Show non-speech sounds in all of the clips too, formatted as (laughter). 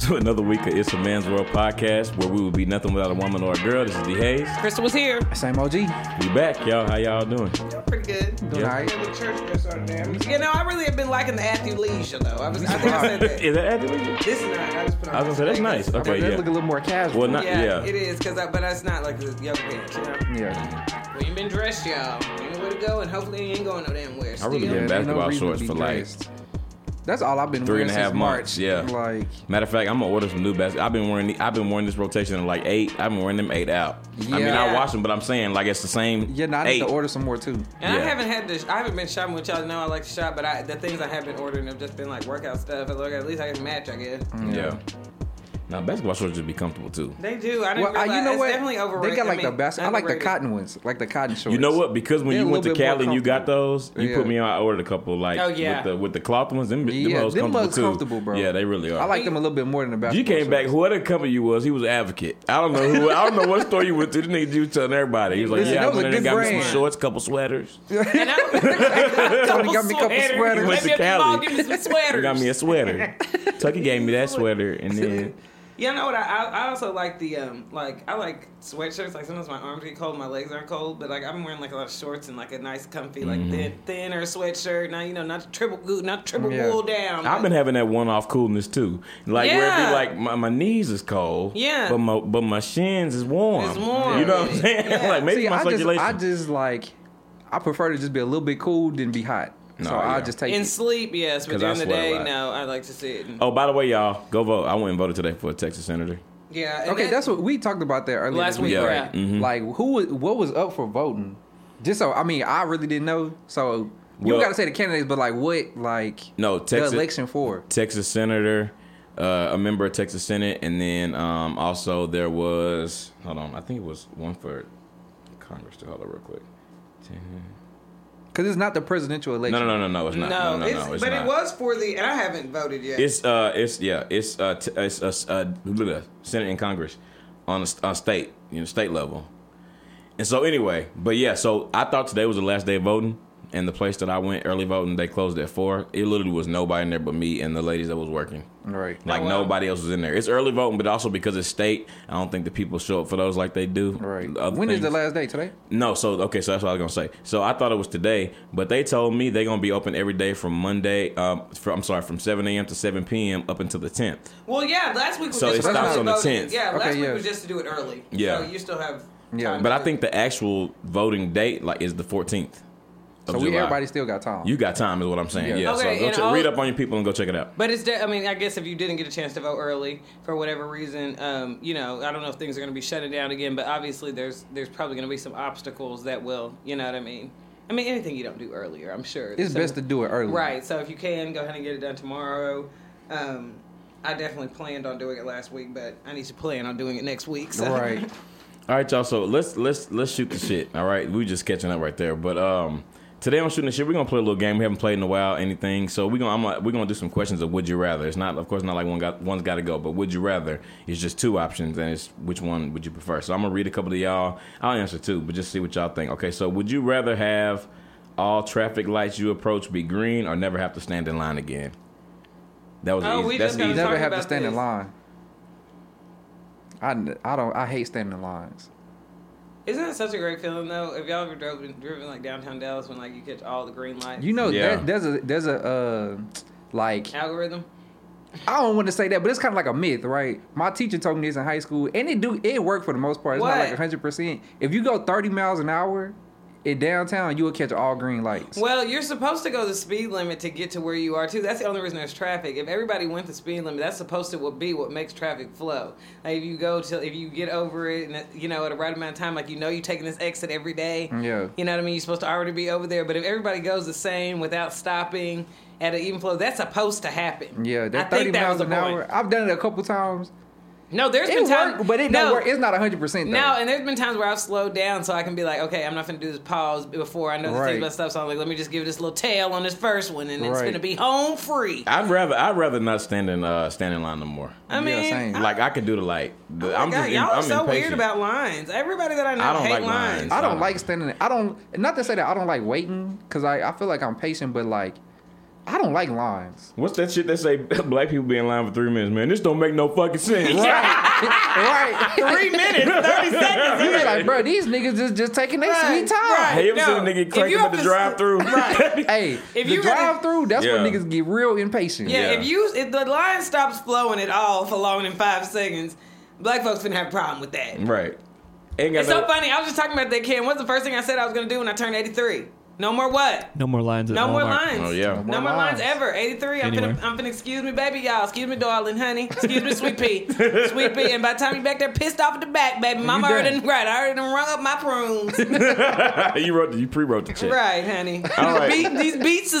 to (laughs) another week of It's a Man's World podcast, where we will be nothing without a woman or a girl. This is D Hayes. Crystal was here. Same OG. Doing We back, y'all. How y'all doing? Pretty good. all right. the church dress on there. I'm just- You know, I really have been liking the Athlete Leisure, though. I, was, I think I said (laughs) that. Is that Adelaide? This is not. I just put on I was gonna say that's my nice. pants. But Okay, that look a yeah. little more casual. Well, not Yeah, yeah. it is, cause I, but it's not like the young pants, you know? yeah. Well, you been dressed, y'all. You know where to go, and hopefully you ain't going no damn where. I really Still. been there's basketball reason shorts to be for, like, dressed. That's all I've been three wearing and a half since months, March. yeah. Like Matter of fact, I'm gonna order some new baskets. I've been wearing the, I've been wearing this rotation of like eight. I've been wearing them eight out. I mean, I Yeah. watch them, but I'm saying like it's the same. yeah, now I need eight. to order some more too. And I Yeah. haven't had this. I haven't been shopping with y'all. know I like to shop, but I, the things I have been ordering have just been like workout stuff. Look, at least I can match, I guess. Yeah. Now basketball shorts should be comfortable too. They do. I didn't Well, I, realize. you know it's what? definitely overrated. They got like I mean, the best. I like the underrated. cotton ones, like the cotton shorts. You know what? Because when They're a you went to little bit more Cali and you got those, you put Yeah. me on. I ordered a couple like Oh, yeah. with the with the cloth ones. Them, them Yeah, hoes them comfortable mugs too. comfortable, bro. Yeah, they really are. I like them a little bit more than the You basketball. came back. shorts. Whoever company you was, he was an advocate. I don't know who. I don't know what store you went to. The nigga you was telling everybody. He was like, Listen, "Yeah, that I was went a in and good got me brand. some shorts, couple sweaters. (laughs) And (laughs) I Tony got me a couple sweaters. Went to Maybe if you all Cali. give me some He sweaters. got me a (laughs) sweater. Tucky gave me that sweater, and then You know what? I, I I also like the um like I like sweatshirts. Like sometimes my arms get cold, my legs aren't cold, but like I'm wearing like a lot of shorts and like a nice comfy like Mm-hmm. thin, thinner sweatshirt. Now you know not triple good, not triple Yeah. wool down. I've been having that one-off coolness too. Like where it Yeah. be like my, my knees is cold, Yeah. but my but my shins is warm. It's warm. You know what I'm saying? (laughs) Yeah. like maybe See, my I just, circulation. I just like, I prefer to just be a little bit cool than be hot. Nah, so I yeah. just take in it. sleep, yes, but 'Cause I during the sweat a day, lot. no. I like to see it. oh, by the way, y'all go vote. I went and voted today for a Texas senator. yeah. and Okay, that- that's what we talked about that earlier Last this week, Yeah. yeah. Right. Mhm. Like who? was- What was up for voting? Just so I mean, I really didn't know. So you Well- got to say the candidates, but like what? Like No, Texas the election for? Texas senator, uh, a member of Texas Senate, and then um, also there was hold on, I think it was one for Congress. To hold up real quick. Because it's not the presidential No, election. no, no, no, no, it's not. No, no, no, it's, it's but not. it was for the, and I haven't voted yet. It's uh, it's yeah, it's uh, t- it's uh, uh, bleh, Senate and Congress on a, st- on state, you know, state level. And so anyway, but yeah, so I thought today was the last day of voting, and the place that I went early voting, they closed at four. It literally was nobody in there but me and the ladies that was working. Right. Like Oh, wow. nobody else was in there. It's early voting, but also because it's state, I don't think the people show up for those like they do. Right. other When is the things. last day today? No, so okay, so that's what I was gonna say. So I thought it was today, but they told me they're gonna be open every day from Monday. Um, from, I'm sorry, from 7 a.m. to 7 p.m. up until the 10th. well, yeah, last week was So just it to stops do on the voting. 10th. Yeah, last Okay, week yeah. was just to do it early. Yeah. so you still have. Yeah. time But to I do think it. the actual voting date like is the 14th. Of So July. we everybody still got time. you got time, is what I'm saying. Yeah. Yeah, Okay, so go and check, all- read up on your people and go check it out. But it's. De- I mean, I guess if you didn't get a chance to vote early for whatever reason, um, you know, I don't know if things are going to be shutting down again. But obviously, there's there's probably going to be some obstacles that will. You know what I mean? I mean, anything you don't do earlier, I'm sure. it's So- best to do it early. Right. So if you can, go ahead and get it done tomorrow. Um, I definitely planned on doing it last week, but I need to plan on doing it next week. So. (laughs) Right. All right, y'all. So let's let's let's shoot the shit. All right, we just catching up right there. But um, today on shooting the shit, we're gonna play a little game we haven't played in a while. Anything. So we're gonna I'm like, we're gonna do some questions of would you rather. It's not of course not like one got one's got to go, but would you rather? It's just two options, and it's which one would you prefer. So I'm gonna read a couple to y'all. I'll answer two, but just see what y'all think. Okay. So would you rather have all traffic lights you approach be green, or never have to stand in line again? That was Oh, easy. we That's just got easy. You never talking have to about stand in this. line. I, I don't I hate standing in lines. Isn't that such a great feeling though? If y'all ever drove driven like downtown Dallas when like you catch all the green lights. You know Yeah. that there's a there's a uh, like algorithm. I don't want to say that, but it's kind of like a myth, right? My teacher told me this in high school, and it do it worked for the most part. It's What? not like hundred percent. If you go thirty miles an hour in downtown, you will catch all green lights. Well, you're supposed to go the speed limit to get to where you are too. That's the only reason there's traffic. If everybody went the speed limit, that's supposed to be what makes traffic flow. Like if you go to if you get over it and it- you know at a right amount of time, like you know you're taking this exit every day. Yeah. You know what I mean? You're supposed to already be over there. But if everybody goes the same without stopping at an even flow, that's supposed to happen. Yeah, I think that thirty that miles was the an point. hour. I've done it a couple times. No, there's It been times, worked, but it no, don't work. It's not hundred percent. No, and there's been times where I've slowed down so I can be like, okay, I'm not gonna do this pause before I know this Right. thing about stuff. So I'm like, let me just give this little tail on this first one, and it's Right. gonna be home free. I'd rather I'd rather not stand in uh, stand in line no more. I Yeah, mean, same. I- (laughs) Like I could do the light. but I'm Oh God, just y'all I'm are so impatient. weird about lines. Everybody that I know I don't hate like lines. lines. I don't Fine. like standing. I don't. Not to say that I don't like waiting, cause I I feel like I'm patient, but like I don't (laughs) like lines. What's that shit that say (laughs) black people be in line for three minutes, man? This don't make no fucking (laughs) sense. (laughs) right. (laughs) Three minutes, thirty seconds. You be like, bro, these niggas is just taking their Right, sweet time. right. Have you ever No. seen a nigga If crank you him at have the to- drive through? (laughs) Hey, If the you gotta- drive through, that's when Yeah. niggas get real impatient. Yeah, Yeah. if you if the line stops flowing at all for long than five seconds, black folks finna have a problem with that. Right. Ain't got It's no, so funny. I was just talking about that kid. What's the first thing I said I was gonna do when I turned eighty three? No more what? No more lines. At No more Walmart. lines. Oh, yeah. No more, lines. ever. Eighty three. I'm Anywhere. finna, I'm finna excuse me, baby, y'all. Excuse me, darling, honey. Excuse me, sweet pea, (laughs) sweet pea. And by the time you back there pissed off at the back, baby, mama done. already done, right. I already done rung up my prunes. (laughs) you wrote the, you pre-wrote the check. right, honey. All These right. beat- these beats are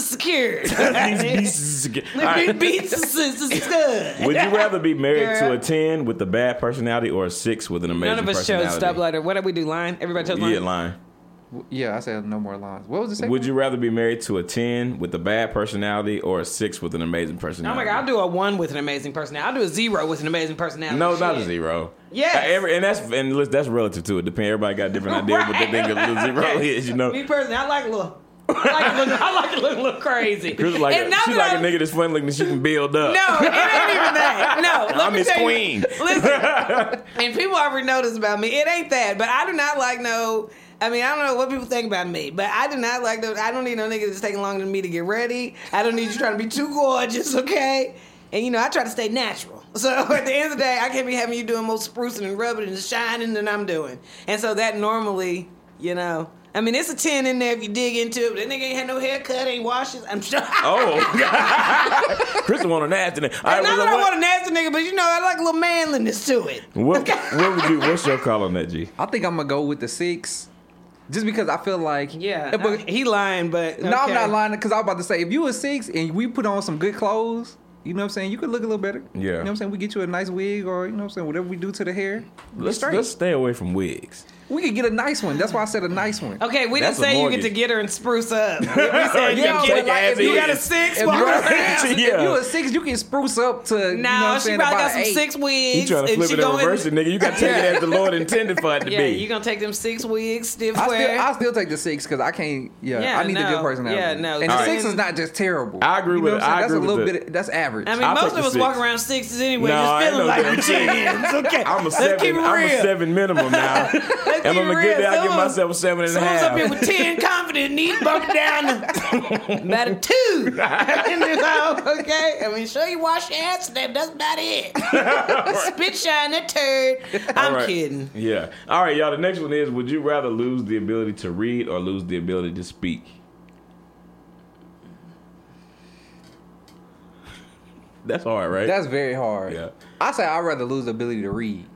(laughs) secured. These pieces- All These right. beats are, is (laughs) stud. Would you rather be married to Girl. a ten with a bad personality or a six with an amazing None of us personality? chose stoplighter. What did we do? Line. Everybody chose line. Yeah, line. Yeah, I said no more lines. What was the second? Would you rather be married to a ten with a bad personality or a six with an amazing Oh personality? my god, I'll do a one with an amazing personality. I'll do a zero with an amazing personality. No, Shit. not a zero. Yes. Uh, every, and that's and listen, that's relative to it. Depend. Everybody got different ideas what they think (laughs) a zero is. You know, Me personally, I like a little. I like to look, I like to look a little crazy. Chris like And a, now she's that like a I'm- nigga that's funny looking. that She can build up. No, it ain't even (laughs) that. No, let I'm me his tell you- queen. (laughs) listen, and people already know this about me. It ain't that, but I do not like no. I mean, I don't know what people think about me, but I do not like those. I don't need no nigga that's taking longer than me to get ready. I don't need you trying to be too gorgeous, okay? And you know, I try to stay natural. So (laughs) at the end of the day, I can't be having you doing more sprucing and rubbing and shining than I'm doing. And so that normally, you know, I mean, it's a ten in there if you dig into it. But that nigga ain't had no haircut, ain't washed. his- I'm sure. (laughs) Oh, (laughs) Chris want an ass today. All right, well, Not that I what, want a nasty nigga, but you know, I like a little manliness to it. what, what would you? What's your call on that, G? I think I'm gonna go with the six, just because I feel like Yeah. But, he lying, but. no, I'm not lying because I was about to say if you a six and we put on some good clothes, you know what I'm saying, you could look a little better. Yeah. you know what I'm saying. We get you a nice wig or you know what I'm saying, whatever we do to the hair, be Let's straight. let's stay away from wigs. we could get a nice one. That's why I said a nice one. Okay, we That's didn't say a you get to mortgage. get her and (laughs) spruce up. We said Yeah, you, but get, like, if you got a is. six, If walk you, a (laughs) around. (laughs) six, Yeah. if you a six, you can spruce up to you know what No, I'm she saying, probably got about some eight. six You wigs. trying to and flip she it and going- reverse it, nigga? You got to take it as the Lord intended for it to (laughs) Yeah, be. you gonna take them six wigs, stiff I wear. still, I still take the six because I can't. Yeah, Yeah, I need a no. good personality. Yeah, no. And the All six right. is not just terrible. I agree with what it. I'm saying? I that's agree a with little it. bit. That's average. I mean, I'll take most of the us six. walk around sixes anyway, No, I just ain't feeling no like good chins. Okay, I'm a Let's keep seven. it I'm a real. seven minimum (laughs) now. (laughs) Let's and be on a good real. day, I give Someone- myself a seven and a Someone's up here half. with ten confident, knees bumped down (laughs) to about a two. (laughs) You know, (laughs) okay, I mean, sure you wash your ass, that that's about it. (laughs) Spit shine that turd. I'm All right. kidding. Yeah. All right, y'all. The next one is: Would you rather lose the ability to read or lose the ability to speak? That's hard, right? (laughs) that's very hard. Yeah. I say I'd rather lose the ability to read.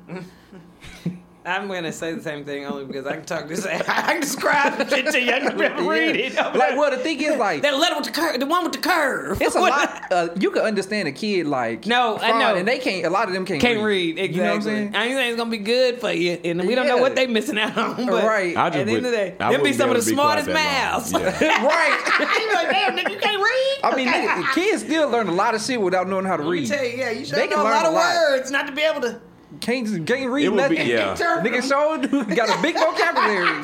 I'm gonna say the same thing only because I can talk this. (laughs) I can describe the shit to you. I can be able to read it. Yeah. Like, well, the thing is, (laughs) like, That letter with the curve, the one with the curve. (laughs) it's a lot. Uh, you can understand a kid, like, No, I fine, know. and they can't. A lot of them can't. Can't read. Exactly. You know what (laughs) I'm saying? I ain't saying it's gonna be good for you, and we don't know Yeah. what they missing out on. But Right. I At just the end of would- the day, I them be wouldn't some of able the to be quiet smartest that mouths. long. Yeah. right. you like, damn, nigga, you can't read. I mean, nigga, kids still learn a lot of shit without knowing how to (laughs) Let me read. tell you, yeah, you should They can know a learn lot a of lot. words not to be able to. Can't can't read It would be- nothing. yeah. (laughs) Nigga, show got a big vocabulary.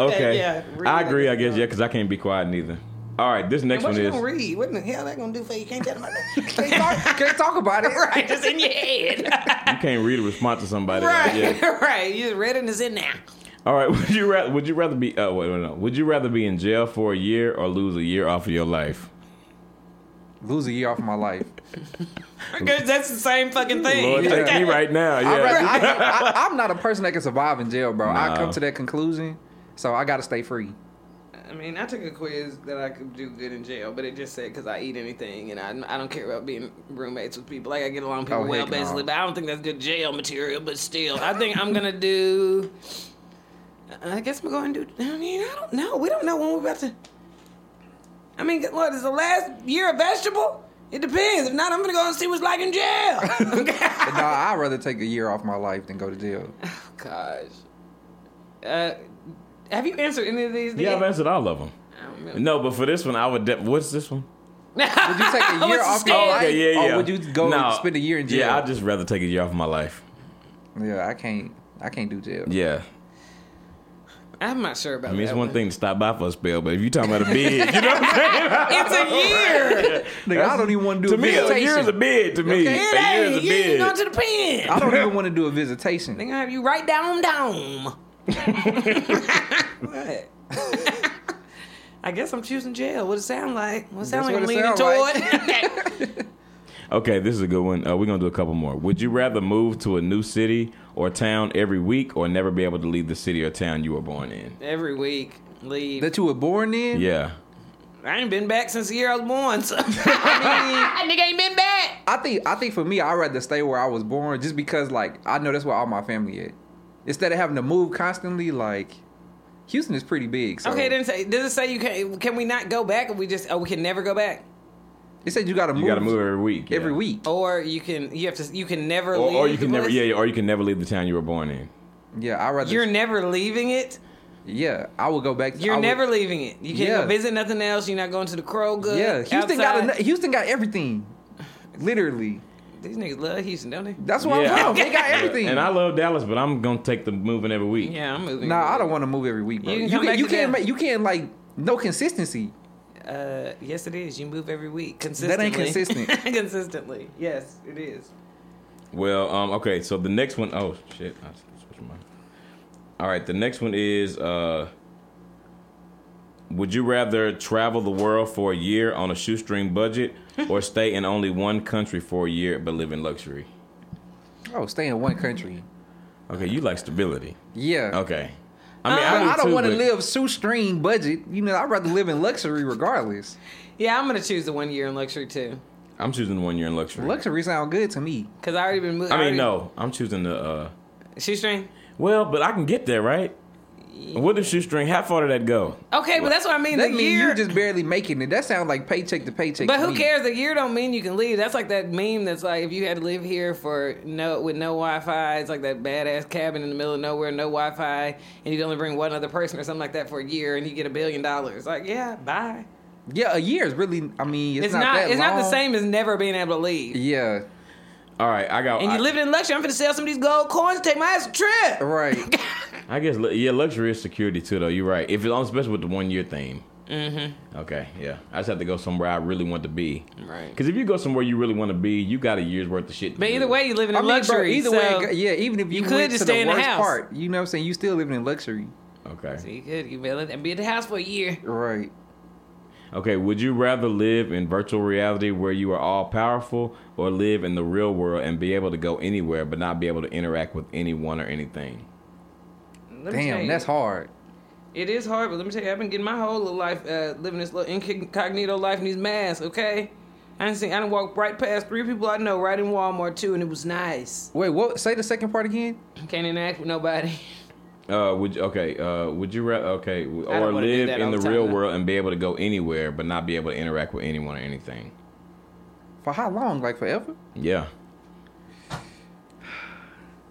Okay. yeah, read I it. agree. I guess yeah, because I can't be quiet neither. All right. This next What one you is. gonna read? What in the hell they gonna do for you? Can't tell them about that. (laughs) Can't talk, (laughs) can't talk about (laughs) it. right, it's in your head. You can't read a response to somebody. like, right, (laughs) yeah. (laughs) right. You just read it and it's in there. All right. (laughs) Would you rather? Would you rather be? Oh wait, wait, no. Would you rather be in jail for a year or lose a year off of your (laughs) life? Lose a year off my life. (laughs) Because that's the same fucking thing. Lord, take me right now. Yeah. I rather, (laughs) I, I, I'm not a person that can survive in jail, bro. I No. come to that conclusion, so I gotta stay free. I mean, I took a quiz that I could do good in jail, but it just said because I eat anything and I, I don't care about being roommates with people. Like I get along with people Oh, heck well, no. basically, but I don't think that's good jail material. But still, I think I'm gonna do. I guess we're going to do. I mean, I don't know. We don't know when we're about to. I mean, good Lord, is the last year a vegetable? It depends. If not, I'm gonna go and see what's like (laughs) in jail. (laughs) No, I'd rather take a year off my life than go to jail. Gosh. Uh, have you answered any of these? yeah, I've answered all of them. I don't (laughs) really- No, but for this one, I would. De- what's this one? Would you take a year What's the off your scale? life, Okay, yeah, yeah. or oh, would you go No. spend a year in Yeah, jail? I'd just rather take a year off my life. Yeah, I can't. I can't do jail. Yeah. I'm not sure about I mean, it's that one thing to stop by for a spell, but if you talking about a bid, you (laughs) know what I'm saying? It's (laughs) a year. Nigga, I don't even want to do to a me, a visitation. year is a bid. To me, Okay. (laughs) It a year is a ain't. You ain't bid. going to the pen. I don't even want to do a visitation. They gonna have you right (laughs) down down. what? (laughs) I guess I'm choosing jail. What it sound like? What it sound That's like? I'm what it leaning sound toward. (laughs) Okay, this is a good one. Uh, we're gonna do a couple more. Would you rather move to a new city or town every week, or never be able to leave the city or town you were born in? Every week, leave. That you were born in? Yeah, I ain't been back since the year I was born. So (laughs) I mean, (laughs) nigga ain't been back. I think I think for me, I'd rather stay where I was born just because like I know that's where all my family at. Instead of having to move constantly, like Houston is pretty big. So Okay, then say, does it say you can? Can we not go back? Or we just? Oh, we can never go back. it said you gotta move you gotta move every week. yeah. every week. Or you can. You have to. You can never. or, leave or you can the never. place? Yeah, yeah, or you can never leave the town you were born in. Yeah, I'd rather You're never leaving it. Yeah, I would go back to You're I would- never leaving it. You can't Yeah. go visit nothing else. You're not going to the Kroger. Yeah, Houston got outside. enough- Houston got everything. Literally. These niggas love Houston, don't they? That's why Yeah. I'm from. (laughs) They got everything. And I love Dallas, but I'm gonna take the moving every week. Yeah, I'm moving. Nah, I don't want to move every week, bro. You You, can come you, can, back you to can't them. ma- you can't like no consistency. Uh, yes, it is. You move every week consistently. That ain't consistent. (laughs) consistently, yes, it is. Well, um, okay, so the next one oh shit, I switched mine. All right, the next one is uh would you rather travel the world for a year on a shoestring budget or stay in only one country for a year but live in luxury? Oh, stay in one country. Okay, you like stability. Yeah. Okay. I mean, But Uh, I, I, do don't too, want to but- live shoestring budget. You know, I'd rather live in luxury regardless. Yeah, I'm gonna choose the one year in luxury too, I'm choosing one year in luxury. Luxury sound good to me. because I already been moving. I mean, no, I'm choosing the uh shoestring. well, but I can get there, right? What if shoestring? How far did that go? Okay, but that's what I mean. That the means year, you just barely making it. That sounds like paycheck to paycheck. but to who me. cares? The year don't mean you can leave. That's like that meme that's like if you had to live here for no with no Wi-Fi. It's like that badass cabin in the middle of nowhere, no Wi-Fi, and you'd only bring one other person or something like that for a year, and you get a billion dollars. Like, yeah, bye. Yeah, a year is really. I mean, it's, It's, not. that it's not the long. same as never being able to leave. Yeah, All right, I got And I, you living in luxury. I'm finna sell some of these gold coins. Take my ass a trip. (laughs) right. I guess lu- yeah, luxury is security too, though. You're right. If it's on, especially with the one year thing. Mm-hmm. Okay, yeah. I just have to go somewhere I really want to be. Right. Because if you go somewhere you really want to be, you got a year's worth of shit. to But either do. way, you living in I mean, luxury. bro, either so- way, yeah. Even if you, could went just to stay in the the worst house. part, you know what I'm saying? You still living in luxury, So okay, you could you could and be at the house for a year. right? okay. Would you rather live in virtual reality where you are all powerful, or live in the real world and be able to go anywhere but not be able to interact with anyone or anything? Let me tell Damn, you, that's hard. It is hard, but let me tell you, I've been getting my whole little life uh, living this little incognito life in these masks. Okay. I didn't see. I done walked right past three people I know right in Walmart too, and it was nice. (laughs) Wait, what? Say the second part again. Can't interact with nobody. (laughs) Uh, would you, okay. Uh, would you rather okay, w- I don't or wanna do live that in all the the time, real though. world and be able to go anywhere but not be able to interact with anyone or anything? For how long? Like forever? Yeah.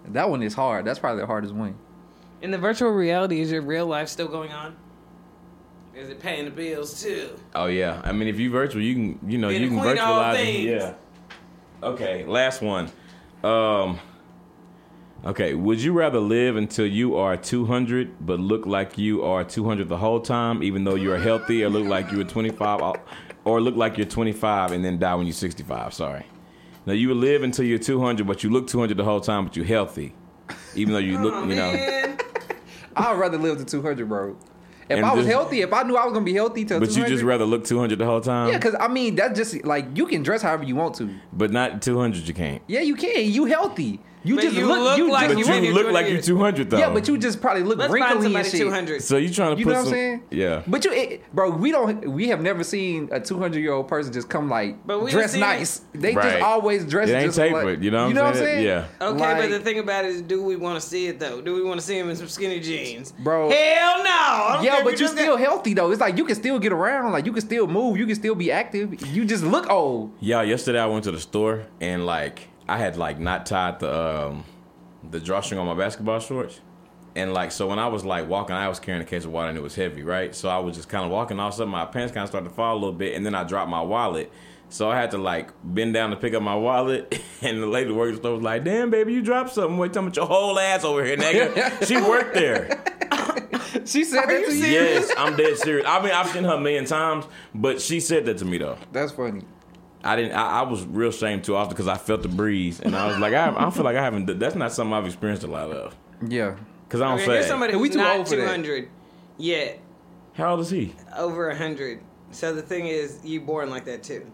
That one is hard. That's probably the hardest one. In the virtual reality, is your real life still going on? Is it paying the bills too? Oh yeah, I mean if you virtual, you can you know Be the you can queen of all virtualize. it. things. Yeah. Okay, last one. Um. Okay, would you rather live until you are 200 but look like you are 200 the whole time, even though you are healthy, or look like you were 25, or- or look like you're 25 and then die when you're 65? Sorry. Now you would live until you're 200, but you look 200 the whole time, but you're healthy, even though you look, you know. Oh, Man. I'd rather live to 200, bro. If And I was just- healthy, if I knew I was gonna be healthy till But 200, you just rather look 200 the whole time, yeah, because I mean that's just like you can dress however you want to. but not 200 you can't. Yeah, you can. You healthy. You But just you look, look you like just, But you- you look 200 like you're years. 200 though. yeah, but you just probably look Let's find wrinkly and somebody shit. two hundred. So you trying to You put know what I'm some? saying? Yeah. But you, it, bro, we don't. We have never seen a 200 year old person just come like But we dress seen- nice. They Right. just always dress. It ain't just tapered, like- you know what I'm saying? Yeah. Okay, Like, but the thing about it is, do we want to see it though? Do we want to see him in some skinny jeans, Bro. Hell no. I don't care Yeah, if but you're just still got- healthy though. It's like you can still get around. Like you can still move. You can still be active. You just look old. (laughs) Yeah. Yesterday I went to the store and like I had like not tied the um the drawstring on my basketball shorts. And like so when I was like walking, I was carrying a case of water and it was heavy, right? So I was just kind of walking. All of a sudden my pants kind of started to fall a little bit, and then I dropped my wallet. So I had to like bend down to pick up my wallet, (laughs) and the lady working store was (laughs) like, "Damn, baby, you dropped something. Wait, tell me your whole ass over here, nigga." she worked there. She said that you to you. serious? Yes, I'm dead serious. I mean, I've seen her a million times, but she said that to me though. That's funny. I didn't. I, I was real shamed too often because I felt the breeze, and I was like, I, I feel like I haven't. done- That's not something I've experienced a lot of. (laughs) Yeah. Because I I don't mean, say. there's somebody Hey, who's we too not old for that. 200 yet, How old is he? over 100. So the thing is, you born like that too.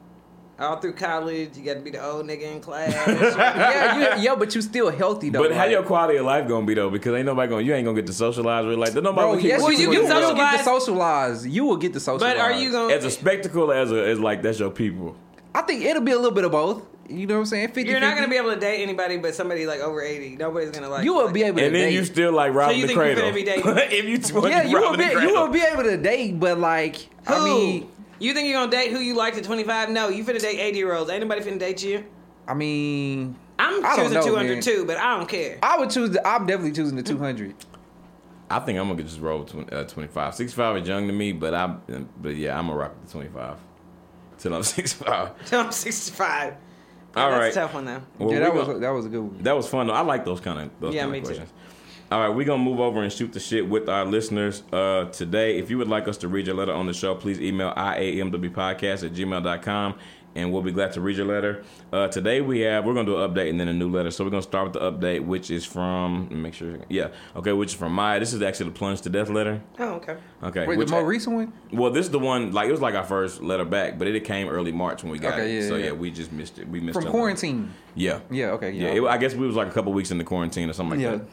All through college, you got to be the old nigga in (laughs) class. Yeah, you, yeah, but you still healthy though. But how like- your quality of life gonna be though? Because ain't nobody gonna. You ain't gonna get to socialize with like. Nobody. Bro, will keep yes, Well, watching you, what you will. can you doing. will get to socialize. socialize. You will get to socialize. but are you going as a spectacle as a as like that's your people. I think it'll be a little bit of both. You know what I'm saying? 50, You're not going to be able to date anybody but somebody like over 80. Nobody's going to like You will like- be able to And then date. you still like robbing you the think you cradle. finna be dating? (laughs) if you t- yeah, you will robbing be. the cradle. You will be able to date, but like, Who? I mean, you think you're going to date who you liked at 25? No, you finna date 80 year olds. Ain't nobody finna date you. I mean, I'm I don't choosing know, 200 man. too, but I don't care. (laughs) I would choose. The, I'm definitely choosing the 200. I think I'm gonna just roll with uh, 25. 65 is young to me, but I but yeah, I'm gonna rock the 25 till I'm (laughs) 65. Till I'm 65. All That's right. a tough one though. Well, yeah, we that gon- was that was a good one. That was fun though. I like those kind of those Yeah, kind me of too. questions. All right, we're gonna move over and shoot the shit with our listeners uh, today. If you would like us to read your letter on the show, please email iamwpodcast at gmail.com and we'll be glad to read your letter. Uh, today we have we're gonna do an update and then a new letter. So we're gonna start with the update, which is from let me make sure yeah, okay, which is from Maya. This is actually the plunge to death letter. Oh, okay. Okay. Wait, which- the more recent one? well, this is the one like it was like our first letter back, but it came early March when we got Okay, it. yeah, so yeah. yeah. we just missed it. We missed From it. quarantine. Yeah. Yeah, okay. Yeah, Yeah, it, I guess we was like a couple weeks into quarantine or something like Yeah. that.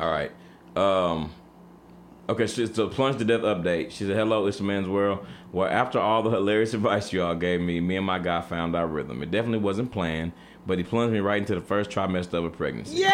All right. Um, okay, so it's a plunge to death update. She said, "Hello, it's a man's world. Well, after all the hilarious (laughs) advice y'all gave me, me and my guy found our rhythm. It definitely wasn't planned, but he plunged me right into the first trimester of a pregnancy. Yay!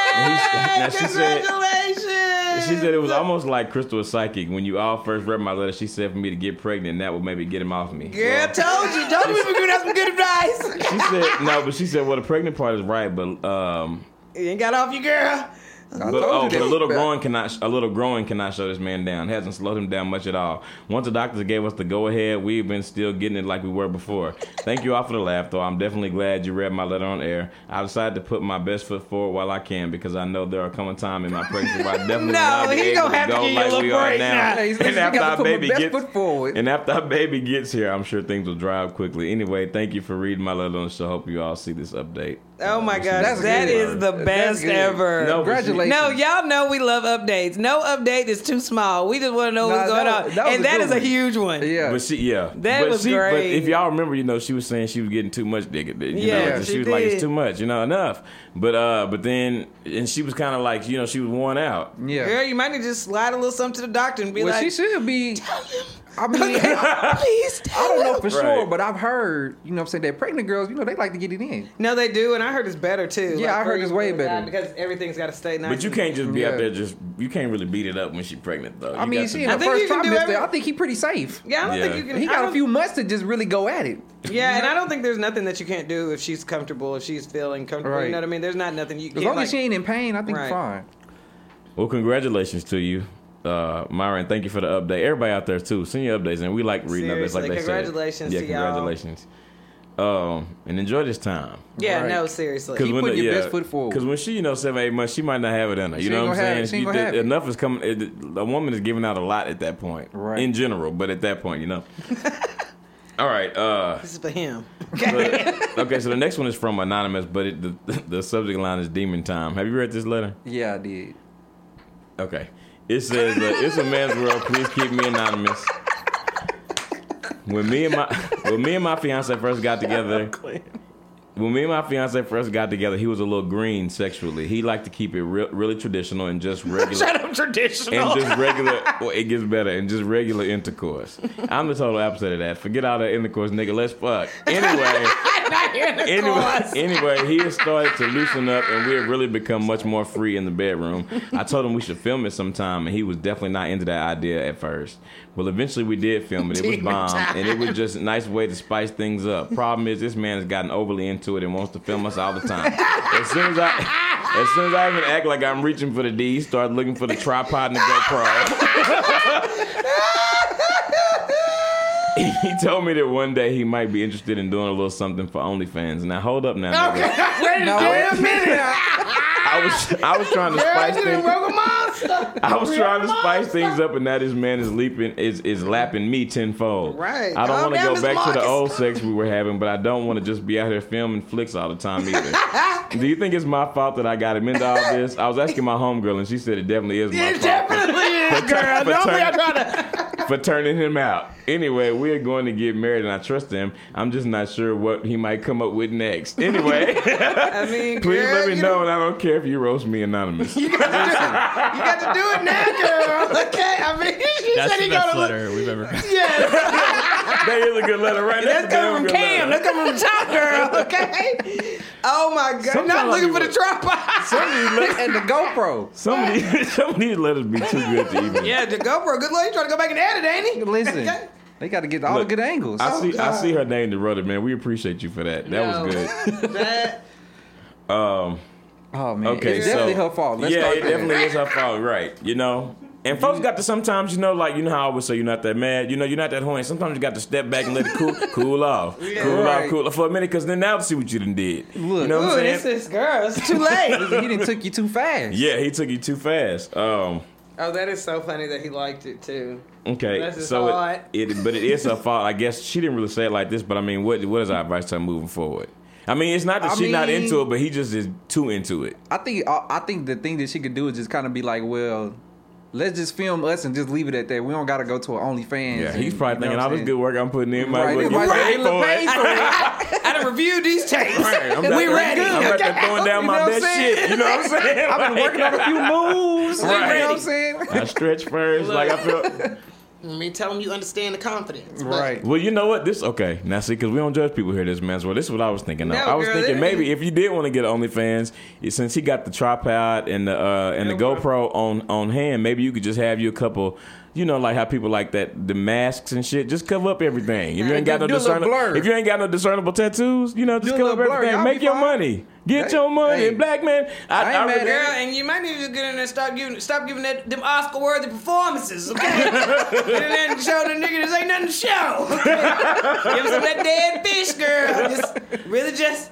(laughs) now she said- Congratulations! She said it was almost like Crystal was psychic. When you all first read my letter, she said for me to get pregnant, and that would maybe get him off me. Girl, told you. Told you we were giving out some good advice. She said no, but she said well, the pregnant part is right, but um, You ain't got off your girl. I But, told oh, you but a that. little growing cannot. A little growing cannot show this man down. It hasn't slowed him down much at all. Once the doctors gave us the go ahead, we've been still getting it like we were before. Thank you all for the laugh, though. I'm definitely glad you read my letter on air. I decided to put my best foot forward while I can because I know there are coming time in my pregnancy where I definitely (laughs) No, will not be he able gonna to have to go give you a like little we are break now. now. Hey, he's- (laughs) And he's after gotta our put my baby best gets foot forward. and after our baby gets here, I'm sure things will dry up quickly. Anyway, thank you for reading my letter on the show. Hope you all see this update. Oh my gosh, That's that good. is the That's best good. ever. No, but she- Congratulations. No, y'all know we love updates. No update is too small. We just want to know Nah, what's going that- on, that was a and that good is a one. huge one. Yeah. But she, yeah, That but was she, But great. if y'all remember, you know, she was saying she was getting too much dick. You know, Yeah, and she, she was like, did. it's too much, you know, enough. But uh, but then, and she was kind of like, you know, she was worn (laughs) out. yeah. Girl, you might need to just slide a little something to the doctor and be well, like, she should be. (laughs) I mean, I please tell don't know him." for sure, Right. but I've heard, you know what I'm saying, that pregnant girls, you know, they like to get it in. No, they do, and I heard it's better too. Yeah, I heard for it's you- way for better. God, because everything's got to stay nice. But you and- can't just be Yeah. out there just. You can't really beat it up when she's pregnant, though. I You mean, got she to- in her I think first you can do trimester. every- I think he pretty safe. Yeah, I don't think Yeah. you can. He I got a don't- few months to just really go at it. Yeah, and I don't think there's nothing that you can't do if she's comfortable, if she's feeling comfortable. Right. You know what I mean? There's not nothing you As can't. long Like, as she ain't in pain, I think Right. fine. well, congratulations to you, uh, Myron. Thank you for the update. Everybody out there too, send your updates, and we like reading updates like Seriously, they congratulations said. to yeah, y'all. congratulations. Um, and enjoy this time. yeah, Right. no, seriously. Keep putting your best foot forward. Because when she, you know, seven, eight months, she might not have it in her. You She know ain't what I'm gonna have saying? it. She ain't You- gonna the- have it. enough is coming. it- A woman is giving out a lot at that point, Right. In general, but at that point, you know. (laughs) All right. Uh, (laughs) This is for him. (laughs) (laughs) but- okay, so the next one is from anonymous, but it, the (laughs) the subject line is demon time. Have you read this letter? Yeah, I did. Okay. It says, uh, "It's a man's world. Please keep me anonymous." When me and my when me and my fiance first got together, when me and my fiance first got together, he was a little green sexually. He liked to keep it re- really traditional and (laughs) just regular. Shut up, (laughs) traditional. and just regular. well, it gets better and just regular intercourse. I'm the total opposite of that. Forget all that intercourse, nigga. Let's fuck. Anyway, not here to anyway, cause. (laughs) anyway, he has started to loosen up, and we have really become much more free in the bedroom. I told him we should film it sometime, and he was definitely not into that idea at first. Well, eventually we (laughs) did film it. It was Demon bomb, time. and it was just a nice way to spice things up. Problem is, this man has gotten overly into it and wants to film us all the time. As soon as I. As soon as I even act like I'm reaching for the D, he started looking for the tripod and the GoPro. (laughs) he told me that one day he might be interested in doing a little something for OnlyFans. Now hold up, now. nigga. (laughs) Wait a No, wait a (laughs) minute. minute. I was I was trying to spice things. Welcome on. I was Real trying to spice monster. things up, and now this man is leaping is is lapping me tenfold. Right. I don't Calm want to down, go Miss back to the Marcus. old sex we were having, but I don't want to just be out here filming flicks all the time either. (laughs) Do you think it's my fault that I got him into all this? I was asking my homegirl, and she said it definitely is my It fault definitely is, girl. But Don't be turn- out trying to. (laughs) for turning him out. Anyway, we are going to get married, and I trust him. I'm just not sure what he might come up with next. (laughs) Anyway, (laughs) I mean, please girl, let me you know, and I don't care if you roast me (laughs) anonymous. You got, to do, you got to do it now, girl. Okay, I mean, she That's said the he best gonna look. letter (laughs) we've ever got. Yeah, that is a good letter, right? that's a damn coming from good Cam. letter. That's coming from Top Girl. Okay. Oh my God! Sometimes Not looking you for the would- tripod. and the GoPro. Some of, these, (laughs) some of these letters be too good to even. Yeah, the GoPro. Good lord, you trying to go back and edit, ain't he? Listen, Okay. they got to get all Look, the good angles. I see. I God. see her name, the rudder man. We appreciate you for that. That No. was good. That- Um, oh man, okay, it's so- definitely her fault. Let's yeah, start it there. definitely is her fault, right? You know, and folks got to sometimes, you know, like you know how I always say, you're not that mad, you know, you're not that horny. Sometimes you got to step back and let it (laughs) cool, cool off, cool Right. off, cool off for a minute, because then now see what you done did. Look. you know what Ooh, I'm saying? this is girl. It's too (laughs) late. he didn't took you too fast. yeah, he took you too fast. Um, oh, that is so funny that he liked it too. okay, That's his so fault. it, it, but it is her fault. I guess she didn't really say it like this, but I mean, what what is our advice to her moving forward? I mean, it's not that I she's not mean- into it, but he just is too into it. I think I I think the thing that she could do is just kind of be like, well, let's just film us and just leave it at that. We don't got to go to an OnlyFans. Yeah, and, he's you know probably thinking what all I'm this saying? good work I'm putting in might as Right, well he get might as paid well for (laughs) pay it. for it. I done reviewed these tapes. Right, I'm not (laughs) we there- ready. I'm not there okay? throwing down You my know what I'm best (laughs) saying? shit. You know what I'm saying? I've been Like, working on a few moves. You know Right. what I'm saying? (laughs) I stretch first, like I feel. Let me tell him you understand the confidence. Right. Well, you know what? This okay now, see, because we don't judge people here. This man's well. This is what I was thinking. though. No, I was girl, thinking that- maybe if you did want to get OnlyFans, since he got the tripod and the uh, and the GoPro on on hand, maybe you could just have you a couple. You know, like how people like that the masks and shit. Just cover up everything. If you ain't got no Do a little blur. discernible, if you ain't got no discernible tattoos, you know, just Do a cover up little blur. everything. Y'all Make be your fine. money. Get Hey, your money. hey. And black man, I, I ain't mad at Girl, regret- and you might need to get in there and stop giving, stop giving that, them Oscar worthy performances, okay? and then show the nigga this ain't nothing to show. Okay? Give him some of that dead fish, girl. Just really just.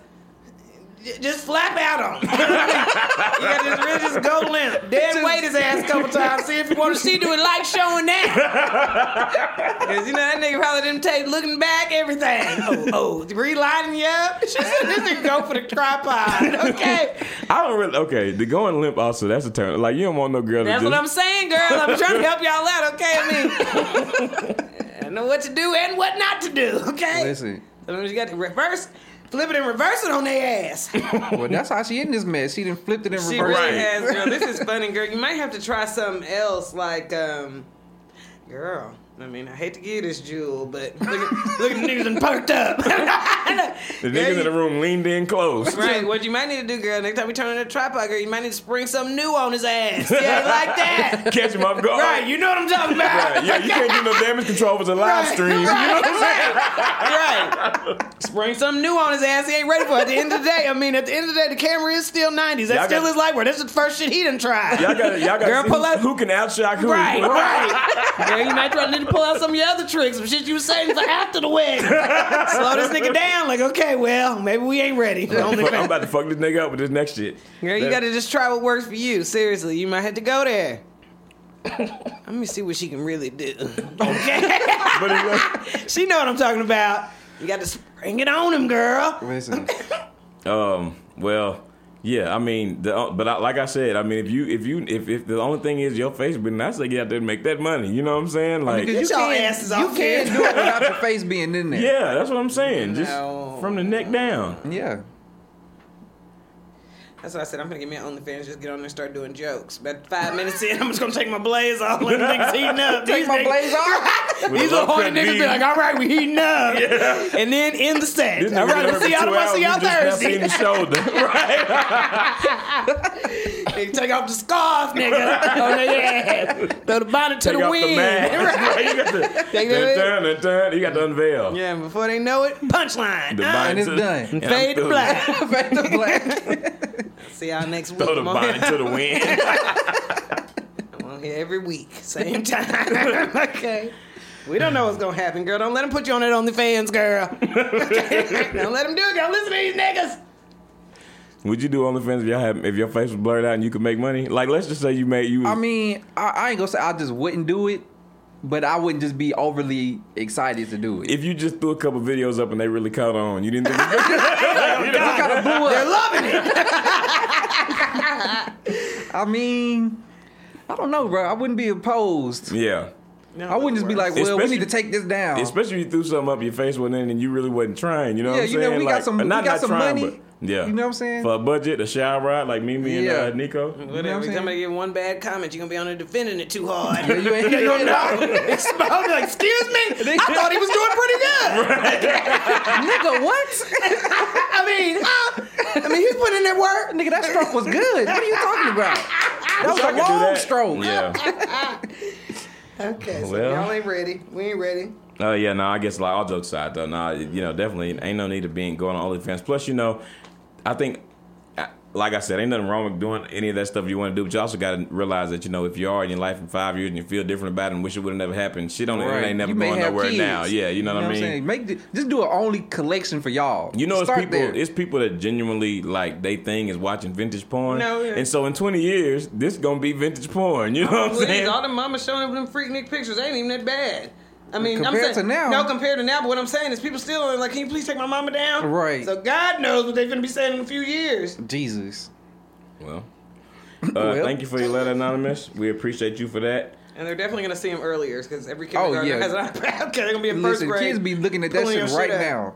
j- Just flap out on him. you gotta just really just go limp. Dead weight his ass a couple times. See if you want to see do it like showing that. Cause you know that nigga probably didn't take looking back everything. Oh, oh, relining you up. (laughs) She said this nigga go for the tripod. Okay. I don't really. Okay, the going limp also that's a turn. Like you don't want no girl. That's to what just, I'm saying, girl. I'm trying to help y'all out, okay? I mean, I know what to do and what not to do, okay? Listen, Sometimes you got to reverse, flip it and reverse it on their ass. she well, that's how she in this mess. She done flipped it and reversed really Right. it. has, girl. This is funny, girl. You might have to try something else, like, um, girl. I mean, I hate to give you this jewel, but look at, look at the niggas done perked up. The niggas in the room leaned in close. Right. What you might need to do, girl, next time we turn on that tripod, girl, you might need to spring something new on his ass. Yeah, like that. (laughs) (laughs) Catch him (laughs) off guard. Right, you know what I'm talking about. Yeah, yeah, you can't do no damage control if it's a live Right, stream. Right, (laughs) You know what I'm saying? right, right. Spring something new on his ass. He ain't ready for it. At the end of the day, I mean, at the end of the day, the camera is still 90s. That Y'all still got- is like where that's the first shit he done tried. Y'all gotta, y'all gotta Girl, see pull who, out- who can outshock who. Right, right. Girl, you might try to need to pull out some of your other tricks, some shit you was saving for after the wedding. Slow this nigga down. Like, okay, well, maybe we (laughs) ain't ready. for I'm, fuck- (laughs) I'm OnlyFans. about to fuck this nigga up with this next shit. Girl, you That- gotta just try what works for you. Seriously, you might have to go there. Let me see what she can really do. Okay. But it's she know what I'm talking about. You got to spring it on him, girl. Listen, like- um, well, yeah. I mean, the, uh, but I, like I said, I mean, if you, if you, if, if the only thing is your face, but I say get out there and make that money. You know what I'm saying? Like, Get you y'all can't- asses you off can't here. do it without your face being in (laughs) there. yeah, that's what I'm saying. Just No. from the neck down. Yeah. That's why I said I'm gonna get me an OnlyFans. Just get on there and start doing jokes. About five minutes in, I'm just gonna take my blaze off. Let the (laughs) niggas heating up. Take These my niggas- blaze off. With a (laughs) These little low-cut horny niggas be knee. like, all right, we heating up. (laughs) And then in the set. This All nigga right, been we'll see up for y'all two tomorrow. hours, See y'all you just not Thursday. seeing the shoulder, (laughs) right? Nigga, (laughs) take off the scarf, nigga. (laughs) Oh, yeah. Throw the bonnet to Take the off wind. the (laughs) mask. Right, You got to, Take that dun, dun, dun, you got to unveil. Yeah, and before they know it, punchline. The Ah, bonnet And it's to- done. (laughs) and I'm (laughs) fade to through. black. Fade to black. (laughs) See y'all next (laughs) week. Throw the I'm on here- bonnet to the wind. (laughs) (laughs) I'm on here every week, same time. (laughs) okay. We don't know what's gonna happen, girl. Don't let them put you on (laughs) that OnlyFans, girl. don't let them do it. Don't listen to these niggas. Would you do OnlyFans if y'all had if your face was blurred out and you could make money? Like, let's just say you made you. I mean, I, I ain't gonna say I just wouldn't do it, but I wouldn't just be overly excited to do it. if you just threw a couple videos up and they really caught on, you didn't. Think I kinda blew up. They're loving it. (laughs) I mean, I don't know, bro. I wouldn't be (laughs) opposed. yeah. No, I wouldn't just be like, well, we Especially- need to take this down. Especially if you threw something up your face went in and you really wasn't trying. You know Oh. Yeah, what I'm you know, saying? we got like, some- not, we got not some trying, money. But, yeah. You know what I'm saying? For a budget, a shower ride, like me, me, Yeah. and uh, Nico. know what I'm whatever. saying? Somebody get one bad comment, you're gonna be on there defending it too hard. (laughs) Yeah, (laughs) you ain't- don't know. I'll be like, excuse (laughs) me, I thought he was doing pretty good. Nigga, what? (laughs) I mean, huh? I mean, he's putting in that work. Nigga, that stroke was good. What are you (laughs) talking about? That was I a could do long that. stroke. Yeah. Okay, so Well. y'all ain't ready. We ain't ready. Oh yeah. No, I guess like all jokes aside though. Nah, you know, definitely ain't no need of being going on OnlyFans. Plus, you know, I think. I- Like I said, ain't nothing wrong with doing any of that stuff you want to do, but you also got to realize that you know if you are in your life in five years and you feel different about it and wish it would have never happened, shit on Right. it ain't never You may going have nowhere kids. now. Yeah, you know, what I mean. saying? Make the, just do an only collection for y'all. You know, it's Start people. there. It's people that genuinely like they thing is watching vintage porn. No, yeah. And so in twenty years, this gonna be vintage porn. (laughs) You know what I'm Please, saying? all the mamas showing up them freak Nick pictures ain't even that bad. I mean, I'm Compared saying, to now. No, compared to now, but what I'm saying is people still are like, can you please take my mama down? Right. So God knows what they're going to be saying in a few years. Jesus. (laughs) well, uh, Well. thank you for your letter, anonymous. We appreciate you for that. And they're definitely going to see them earlier because every kindergarten yeah. has an iPad. (laughs) Okay, they're going to be in first Listen, grade. kids be looking at that pulling your shit right shit out. now.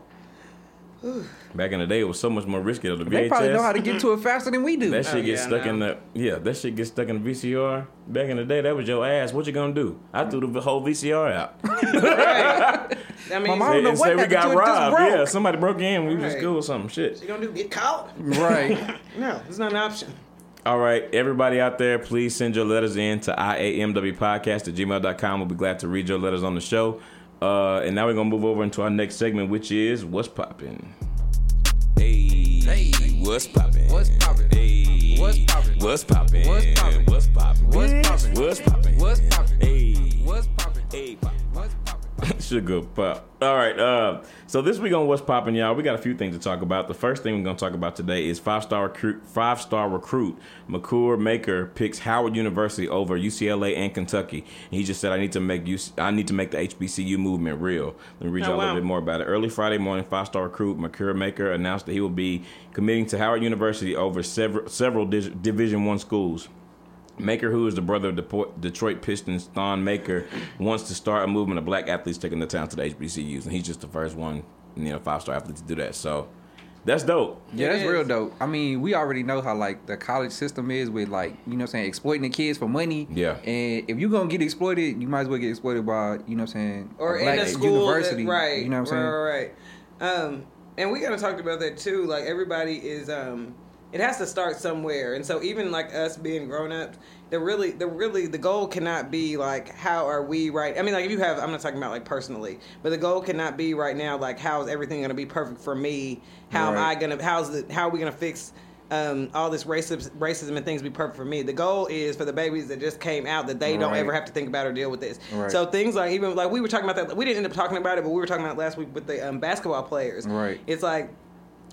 Back in the day, it was so much more risky. The VHS. They probably know how to get to it faster than we do. that shit Oh, gets yeah, stuck no. in the yeah. That shit gets stuck in the VCR. Back in the day, that was your ass. What you gonna do? I threw the whole VCR out. Right. I mean, My mom- I don't (laughs) know and what say we happened to got it, just robbed. broke. Yeah, somebody broke in. We was Right. in school or something. Shit. you going to do get caught? Right. No, it's not an option. All right, everybody out there, please send your letters in to iamwpodcast at gmail.com. We'll be glad to read your letters on the show. Uh, and now we're going to move over into our next segment, which is What's Poppin'? Hey, hey, what's poppin'? What's poppin'? Hey, What's poppin'? What's poppin'? What's poppin'? What's poppin'? What's poppin'? What's poppin'? What's poppin'? Hey, What's poppin'? hey, pop. What's (laughs) poppin'? Sugar Pop. All right. Uh, so this week on What's Poppin', y'all, we got a few things to talk about. The first thing we're gonna talk about today is five star recruit, five star recruit McCour Maker picks Howard University over UCLA and Kentucky. And he just said, "I need to make UC- I need to make the HBCU movement real." Let me read Oh, y'all a little wow. bit more about it. Early Friday morning, five star recruit McCour Maker announced that he will be committing to Howard University over several several dis- Division One schools. Maker, who is the brother of Depo- Detroit Pistons Thon Maker, wants to start a movement of black athletes taking the town to the HBCUs, and he's just the first one, you know, five star athlete to do that. So that's dope. (laughs) Yeah, that's It is. real dope. I mean, we already know how like the college system is with like, you know what I'm saying, exploiting the kids for money. Yeah. And if you're gonna get exploited, you might as well get exploited by, you know what I'm saying, or in a school that, right You know what I'm saying? right right, right. um and we kind of talked about that too like everybody is um it has to start somewhere and so even like us being grown-ups the really the really the goal cannot be like how are we right i mean like if you have i'm not talking about like personally but the goal cannot be right now like how is everything going to be perfect for me how am Right. i gonna how's the how are we gonna fix um, all this racism, racism and things be perfect for me. The goal is for the babies that just came out that they don't Right. ever have to think about or deal with this. Right. So things like even like we were talking about that we didn't end up talking about it, but we were talking about it last week with the um, basketball players. Right. It's like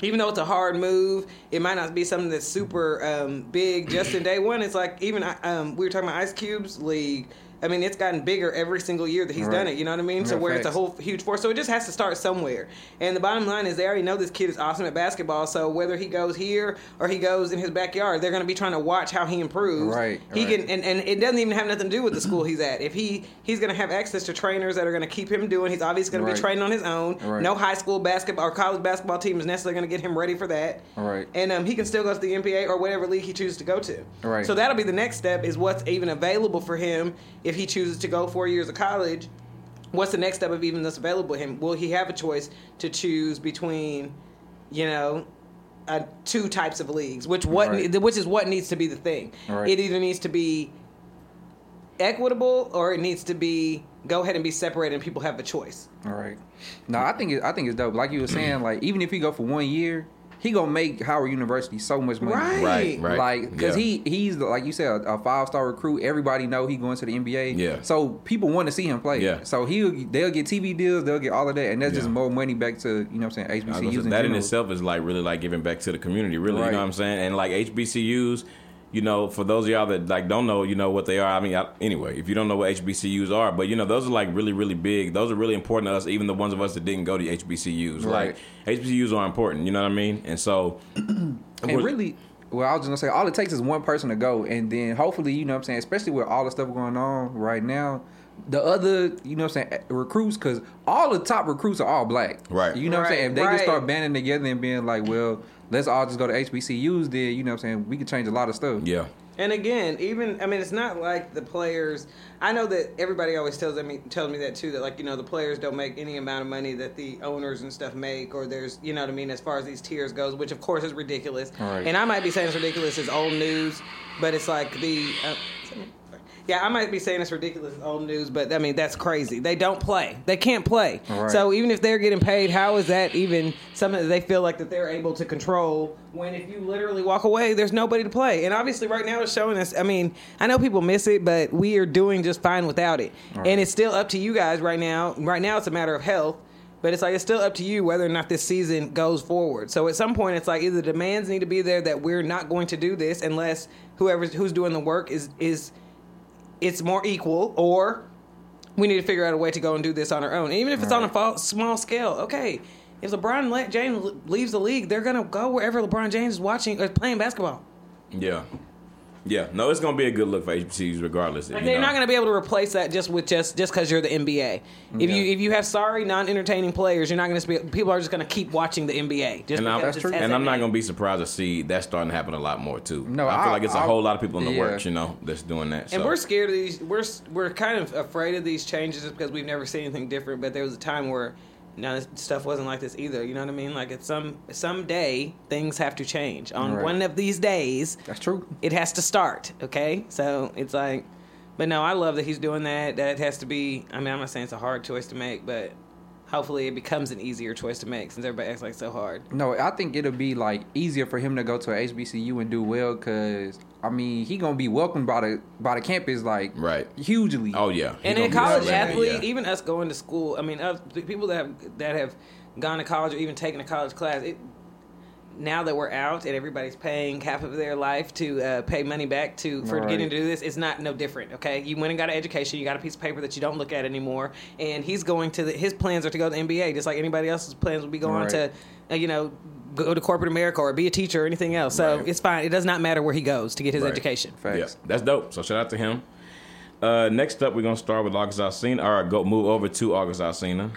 even though it's a hard move, it might not be something that's super um, big just in day one. It's like even um, we were talking about Ice Cube's league. I mean, it's gotten bigger every single year that he's done Right. it. You know what I mean? So Real where it's a facts. whole huge force. So it just has to start somewhere. And the bottom line is they already know this kid is awesome at basketball. So whether he goes here or he goes in his backyard, they're going to be trying to watch how he improves. Right, He right. can and, and it doesn't even have nothing to do with the school he's at. If he he's going to have access to trainers that are going to keep him doing, he's obviously going to Right. be training on his own. Right. No high school basketball or college basketball team is necessarily going to get him ready for that. Right. And um, he can still go to the NBA or whatever league he chooses to go to. Right. So that'll be the next step is what's even available for him if he chooses to go four years of college. What's the next step of even this available to him? Will he have a choice to choose between, you know, uh, two types of leagues, which what Right. which is what needs to be the thing. Right. It either needs to be equitable or it needs to be go ahead and be separated and people have a choice. All right. No, I think it, I think it's dope. Like you were saying, like even if he go for one year, he gonna make Howard University so much money. Right. Right, right. Like, cause Yeah. he he's like you said a, five star recruit. Everybody know he going to the NBA. Yeah. So people want to see him play. Yeah. So he will they'll get TV deals. They'll get all of that, and that's just Yeah. more money back to you know what I'm saying I was gonna say, HBCUs. that in in general. itself is like really like giving back to the community, really. You Right. know what I'm saying? And like HBCUs, you know, for those of y'all that like don't know, you know what they are. I mean, I, anyway, if you don't know what HBCUs are, but you know, those are like really, really big. Those are really important to us, even the ones of us that didn't go to HBCUs. Right. Like HBCUs are important. You know what I mean? And so, And really, well, I was just gonna say, all it takes is one person to go, and then hopefully, you know what I'm saying, especially with all the stuff going on right now, the other, you know what I'm saying, eh, recruits, because all the top recruits are all black. Right. You know what I'm saying? If they Right, just start right. banding together and being like, well, let's all just go to HBCUs, then, you know what I'm saying, we could change a lot of stuff. yeah, And again, even I mean, it's not like the players. I know that everybody always tells me tells me that too. That like you know the players don't make any amount of money that the owners and stuff make, or there's you know what I mean as far as these tiers goes, which of course is ridiculous. Right. And I might be saying it's ridiculous it's old news, but it's like the. Uh, yeah, I might be saying it's ridiculous, it's old news, but I mean that's crazy. They don't play; they can't play. Right. So even if they're getting paid, how is that even something that they feel like that they're able to control? When if you literally walk away, there's nobody to play. And obviously, right now it's showing us. I mean, I know people miss it, but we are doing just fine without it. And it's still up to you guys right now. Right now, it's a matter of health. But it's like it's still up to you whether or not this season goes forward. So at some point, it's like either demands need to be there that we're not going to do this unless whoever's who's doing the work is is it's more equal or we need to figure out a way to go and do this on our own. Even if it's on a fa- small scale, okay. If LeBron let James leaves the league, they're gonna go wherever LeBron James is watching or playing basketball. yeah, yeah. No, it's gonna be a good look for HBCUs regardless. Like, you they're know? not gonna be able to replace that just with just just because you're the NBA. If you Yeah. if you have sorry non entertaining players, you're not gonna be people are just gonna keep watching the NBA. Just And I'm, because That's it's true. as and I'm not NBA. gonna be surprised to see that starting to happen a lot more too. No, I feel I- like it's a I- whole lot of people in the yeah. works, you know, that's doing that. And so. we're scared of these. We're we're kind of afraid of these changes just because we've never seen anything different. But there was a time where now this stuff wasn't like this either. You know what I mean? Like at some someday things have to change. On Right. one of these days, That's true. it has to start. Okay, so it's like, but no, I love that he's doing that. That has to be. I mean, I'm not saying it's a hard choice to make, but hopefully it becomes an easier choice to make since everybody acts like so hard. No, I think it'll be like easier for him to go to a HBCU and do well, cause I mean he gonna be welcomed by the by the campus like Right. hugely. Oh yeah, He and gonna in be college something, athlete, yeah. even us going to school. I mean, us, the people that have that have gone to college or even taken a college class. It, now that we're out and everybody's paying half of their life to uh, pay money back to for Right. getting to do this, it's not no different. Okay, you went and got an education, you got a piece of paper that you don't look at anymore, and he's going to the, his plans are to go to the NBA, just like anybody else's plans would be going Right. to, uh, you know. Go to corporate America or be a teacher or anything else. So Right. it's fine. It does not matter where he goes to get his Right. education. Facts. Yeah, that's dope. So shout out to him. Uh, next up, we're gonna start with August Alsina. All right, go move over to August (laughs) Alsina.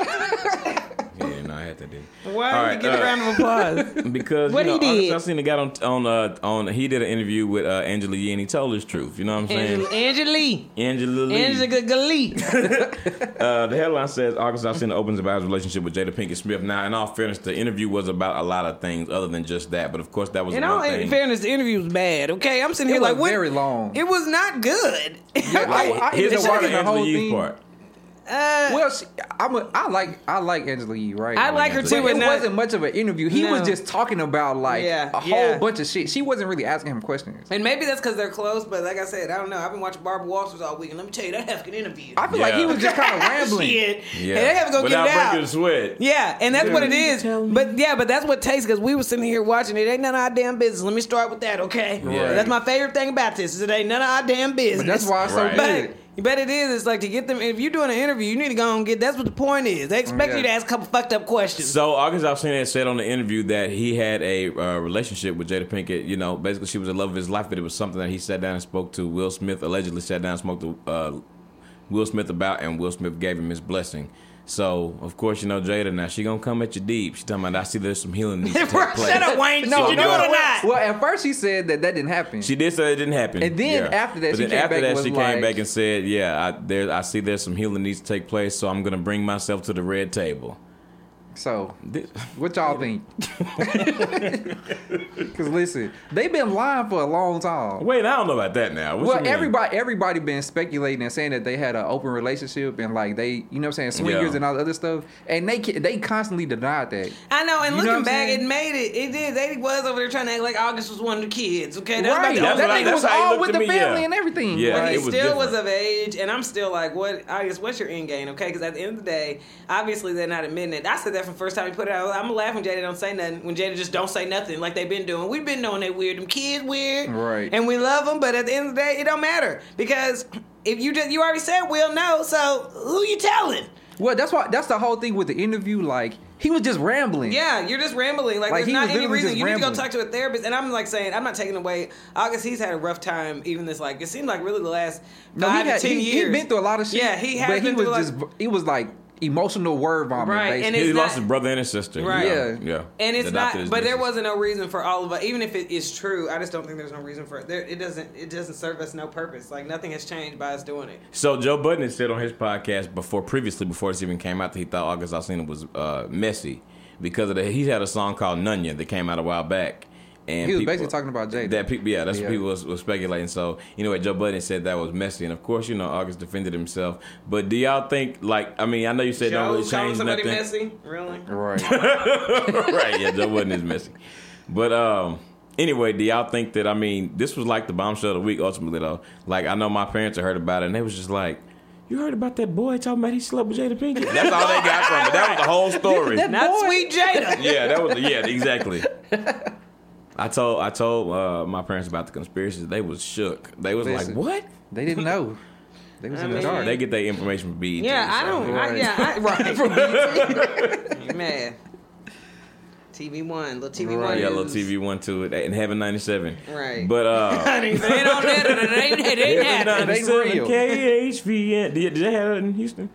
(laughs) yeah, no, I had to do. Why All did right, he get uh, a round of (laughs) applause? Because What you know, he did? August Alsina got on on uh, on. He did an interview with uh, Angela Yee, and he told his truth. You know what I'm saying? Angela, Angela Lee. Angela Lee. Angela Glee. (laughs) Uh, the headline says August Alsina opens about his relationship with Jada Pinkett Smith. Now, in all fairness, the interview was about a lot of things other than just that. But of course, that was And one all thing. in fairness, the interview was bad. Okay, I'm sitting It here was like, what? very long. It was not good. (laughs) Like, I- I here's enjoyed the part the of Angela whole Yee's thing. part. Uh, Well, she, I'm a, I like I like Angela Yee, right? I like her But too, But but it not- wasn't much of an interview. He No. was just talking about like Yeah, a whole yeah. bunch of shit. She wasn't really asking him questions. and maybe that's because they're close. But like I said, I don't know. I've been watching Barbara Walters all week, and let me tell you, that hefkin interview. (laughs) I feel like Yeah. he was just kind of rambling. Shit. Yeah. And they have to go Without get it out. breaking a sweat. Yeah, and that's what it is. But yeah, but that's what takes because we were sitting here watching it. Ain't none of our damn business. Let me start with that, okay? Right. That's my favorite thing about this is it ain't none of our damn business. But that's why it's so Right. good. But, but it is. It's like to get them. If you're doing an interview, you need to go and get. That's what the point is. They expect Yeah. you to ask a couple fucked up questions. So August Alsina had said on the interview that he had a uh, relationship with Jada Pinkett. You know, basically she was the love of his life, but it was something that he sat down and spoke to Will Smith. Allegedly sat down and spoke to uh, Will Smith about, and Will Smith gave him his blessing. So of course you know Jada now she gonna come at you deep. She talking about I see there's some healing (laughs) needs to take place. (laughs) Shut up, Wayne. No, Did you no. do it or not? Well, at first she said that that didn't happen. She did say it didn't happen. And then after that, But she then came after back that, and was she came like- back and said, "Yeah, I there I see there's some healing needs to take place, so I'm gonna bring myself to the red table." So, This- what y'all (laughs) think? (laughs) Because listen, they've been lying for a long time. Wait, I don't know about that now. What you well, mean? everybody everybody been speculating and saying that they had an open relationship and like they, you know, what I'm saying swingers Yeah. and all the other stuff, and they ca- they constantly denied that. I know, and You know looking what I'm back, saying? it made it. It did. They was over there trying to act like August was one of the kids. Okay, that's right, about That's the what I- Oh, that only. nigga that's was how he all looked with to the me, yeah. family and everything. Yeah, Like, But it he was still different. was of age, and I'm still like, what, August, what's your end game, okay? Because at the end of the day, obviously they're not admitting it. I said that from the first time he put it out. I'm laughing when Jada don't say nothing, when Jada just don't say nothing like they've been doing. We've been knowing they weird. Them kids weird. Right. And we love them, but at the end of the day, it don't matter. Because if you just, you already said we'll know, so who you telling? well, that's why that's the whole thing with the interview. Like he was just rambling. Yeah, you're just rambling. Like, Like, there's he not was any literally reason. just You need to go rambling. talk to a therapist. And I'm like saying, I'm not taking away. August, he's had a rough time. Even this, like, it seemed like really the last No, five he to had, ten he, years. he been through a lot of shit. Yeah, he has but been he through was a just lot- he was like emotional word vomiting. Right, and basically. He It's lost not- his brother and his sister. Right. Yeah. Yeah. yeah. And it's The not, doctor is but there missing. wasn't no reason for all of us. Even if it is true, I just don't think there's no reason for it. There, it doesn't. It doesn't serve us no purpose. Like nothing has changed by us doing it. So Joe Budden had said on his podcast before, previously before this even came out, that he thought August Alsina was uh, messy because of the, he had a song called Nunya that came out a while back, and He was people- basically talking about Jada. That people, yeah, that's Yeah. what people was, was speculating. So anyway, Joe Budden said that was messy, and of course, you know, August defended himself. But do y'all think, like, I mean, I know you said don't Joe really calling change somebody nothing, messy, really? (laughs) right. right? Yeah, Joe Budden is messy, but um. Anyway, do y'all think that I mean this was like the bombshell of the week ultimately though? Like I know my parents had heard about it and they was just like, You heard about that boy talking about he slept with Jada Pinkett? That's all they got from it. That was the whole (laughs) story. That Not boy- sweet (laughs) Jada. yeah, that was yeah, exactly. I told I told uh, my parents about the conspiracies. They was shook. They was Listen. like, "What?" (laughs) They didn't know. They was I in the mean- dark. They get their information from E BET. Yeah, I so- don't. I, Right. yeah, (laughs) I, right. (laughs) You mad? TV One, little TV One. Right. Yeah, little news. TV one to it and Heaven ninety seven. Right. But (laughs) uh, Honey, if it ain't on there, then it ain't, it ain't Heaven happening. done. ninety seven real. KHVN. Did did they have it in Houston?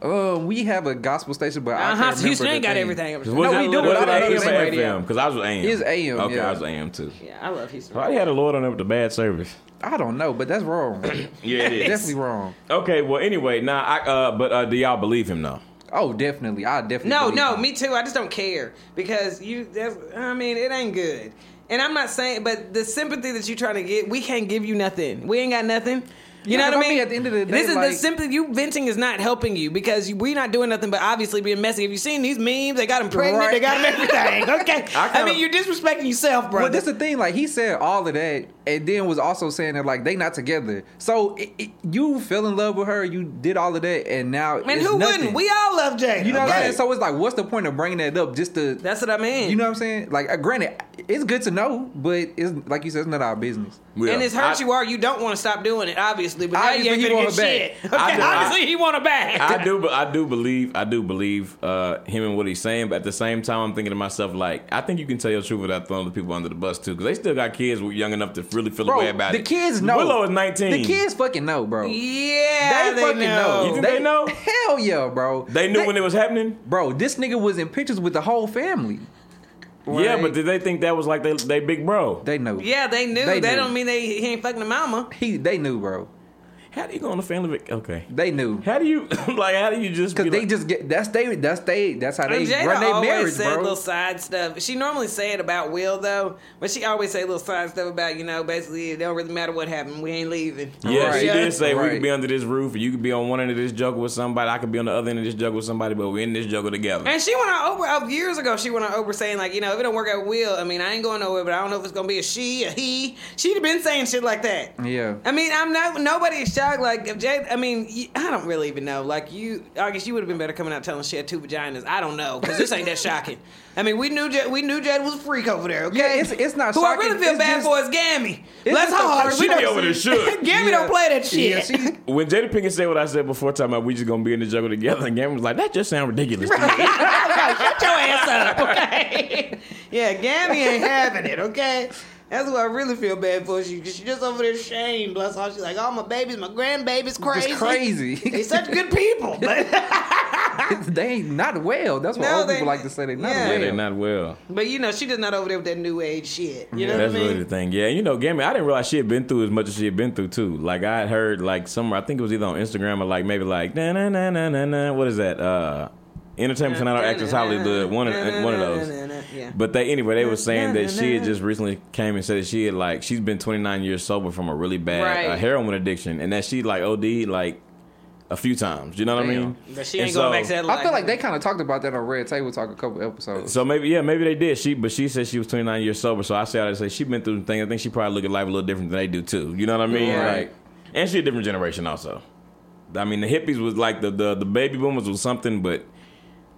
Um, we have a gospel station, but Uh-huh, I can't so remember Houston the ain't got thing. everything. Was No, it- we do, was but it I don't know AM if or it's radio. FM? Because I was AM. It's AM, Okay, yeah. I was AM too. Yeah, I love Houston. Probably had a Lord on there with the bad service. I don't know, but (coughs) that's wrong. Yeah, it definitely wrong. Okay, well, anyway, nah, I, uh, but uh, do y'all believe him though? Oh, definitely. I definitely. No, believe no, you. me too. I just don't care because you. That's, I mean, it ain't good. And I'm not saying, but the sympathy that you're trying to get, we can't give you nothing. We ain't got nothing. You Yeah, know what but I I mean, mean? at the end of the day, this is like- the sympathy. You venting is not helping you because we're not doing nothing but obviously being messy. Have you seen these memes? They got him pregnant. Right. They got him everything. Okay. (laughs) I, kinda- mean, you're disrespecting yourself, bro. But this is the thing. Like he said all of that, and then was also saying that like they not together. So it, it, you fell in love with her, you did all of that, and now and it's who nothing. wouldn't? We all love Jada. You know what I'm okay? saying? So it's like, what's the point of bringing that up just to? that's what I mean. you know what I'm saying? Like, uh, granted, it's good to know, but it's like you said, it's not our business. And as hurt I, you are, you don't want to stop doing it, obviously. But now you Obviously, ain't he gonna want get her shit. back. Okay, I do- I- obviously he want her back. I do, but I do believe, I do believe uh, him and what he's saying. But at the same time, I'm thinking to myself, like, I think you can tell your truth without throwing the people under the bus too, because they still got kids who are young enough to really feel a way Bro, about the it. kids know. Willow is 19. The kids fucking know, (laughs) bro. Yeah, they, fucking know. You think they know? Hell yeah, bro. they knew when it was happening. Bro, this nigga was in pictures with the whole family. Yeah, Like, but did they think that was like they, they big bro? they know. Yeah, they knew. They They, knew. don't mean they he ain't fucking the mama. he they knew, bro. How do you go on a family? Vac- okay. They knew. How do you (laughs) like? How do you just? Cause be they like- just get that's they that's they that's how they And Jada run their always marriage, said bro. little side stuff. She normally say it about Will though, but she always say little side stuff about you know basically it don't really matter what happened. We ain't leaving. Yeah, Right. she did say we Right. could be under this roof, and you could be on one end of this juggle with somebody. I could be on the other end of this juggle with somebody, but we're in this juggle together. And she went on Oprah oh, years ago. She went on Oprah saying like, you know, if it don't work out, with Will. I mean, I ain't going nowhere, but I don't know if it's gonna be a she, a he. She'd been saying shit like that. Yeah. I mean, I'm not. Nobody is shocked. Like if Jade, I mean, you, I don't really even know. Like you, August, you would have been better coming out telling she had two vaginas. I don't know because this ain't that shocking. I mean, we knew Jade, we knew Jade was a freak over there. Okay, Yeah, it's- it's not Who I shocking. really feel It's bad just- for is Gammy. it's Let's just the hard. first We She don't- be over the (laughs) shook. Gammy Yeah. don't play that shit. (laughs) Yeah, she- When Jada Pinkett said what I said before, talking about we just gonna be in the juggle together, (laughs) and Cameron was like, "That just sound ridiculous." to me." Shut your ass up, (laughs) okay? yeah, Gammy ain't having it, okay? That's what I really feel bad for. She, she just over there shamed. That's all she's like, all my babies, my grandbabies, crazy. Just crazy. (laughs) They such good people, but (laughs) they ain't not well. That's what No, old they- people like to say. They not yeah. Yeah, well. they're not well. but you know she just not over there with that new age shit. You know That's what I mean? really the thing. Yeah, you know, Gammy, I didn't realize she had been through as much as she had been through too. Like I had heard like somewhere, I think it was either on Instagram or like maybe like na na na na na na. What is that? Uh, Entertainment Tonight or Actors Hollywood, one of one of those. Yeah. But they anyway, they were saying that she had just recently came and said that she had like she's been 29 years sober from a really bad uh, Right. heroin addiction, and that she like OD like a few times. You know what I mean? But she And ain't going so- back to that life. I feel like they kind of talked about that on Red Table Talk a couple episodes. So maybe yeah, maybe they did. She but she said she was 29 years sober. So I say I say she been through things. I think she probably look at life a little different than they do too. You know what I mean? Yeah. Like, and she a different generation also. I mean, the hippies was like the the, the baby boomers was something, but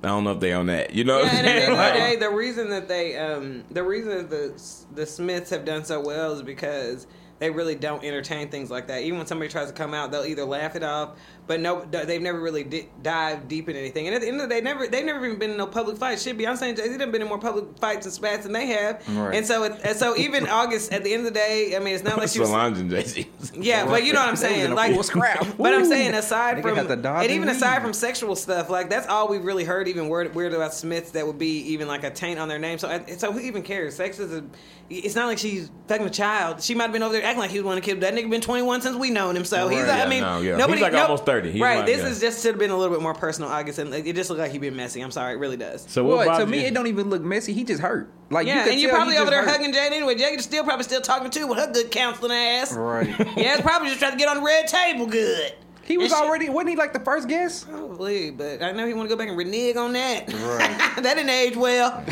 I don't know if they on that. You know what Yeah, I'm and at the saying? end of the (laughs) Like, day, the reason that they, um, the reason that the the Smiths have done so well is because they really don't entertain things like that. Even when somebody tries to come out, they'll either laugh it off, but no, they've never really di- dived deep in anything. And at the end of the day, never they've never even been in no public fight. Shit, Beyonce and Jay Z done been in more public fights and spats than they have. Right. And so, it, and so (laughs) even August at the end of the day, I mean, it's not like she was Solange and Jay (laughs) Z. yeah, well, you know what I'm They was in saying. a Like, full scrap. but I'm Woo. saying aside Nigga from had the Dodge and even and aside weave. from sexual stuff, like that's all we've really heard. Even weird, weird about Smiths that would be even like a taint on their name. So, I- so who even cares? Sex is a. It's not like she's fucking a child. She might have been over there acting like he was one of the kids. That nigga been 21 since we known him. So he's. Right. like, Yeah, I mean, no, yeah. nobody. He's like no- almost 30. He's right. like, this yeah. is just should have been a little bit more personal, August, and like, it just looked like he been messy. I'm sorry, it really does. So what? Well, to bothers me, you? it don't even look messy. He just hurt. Like you yeah, could and you're tell he probably over just there hurt. hugging Jade anyway. Jade still probably still talking to with her good counseling ass. (laughs) Right. Yeah, it's probably just trying to get on the red table good. He was And she- already wasn't he like the first guest? Probably, but I know he want to go back and renege on that. (laughs) Right. that didn't (laughs) age well.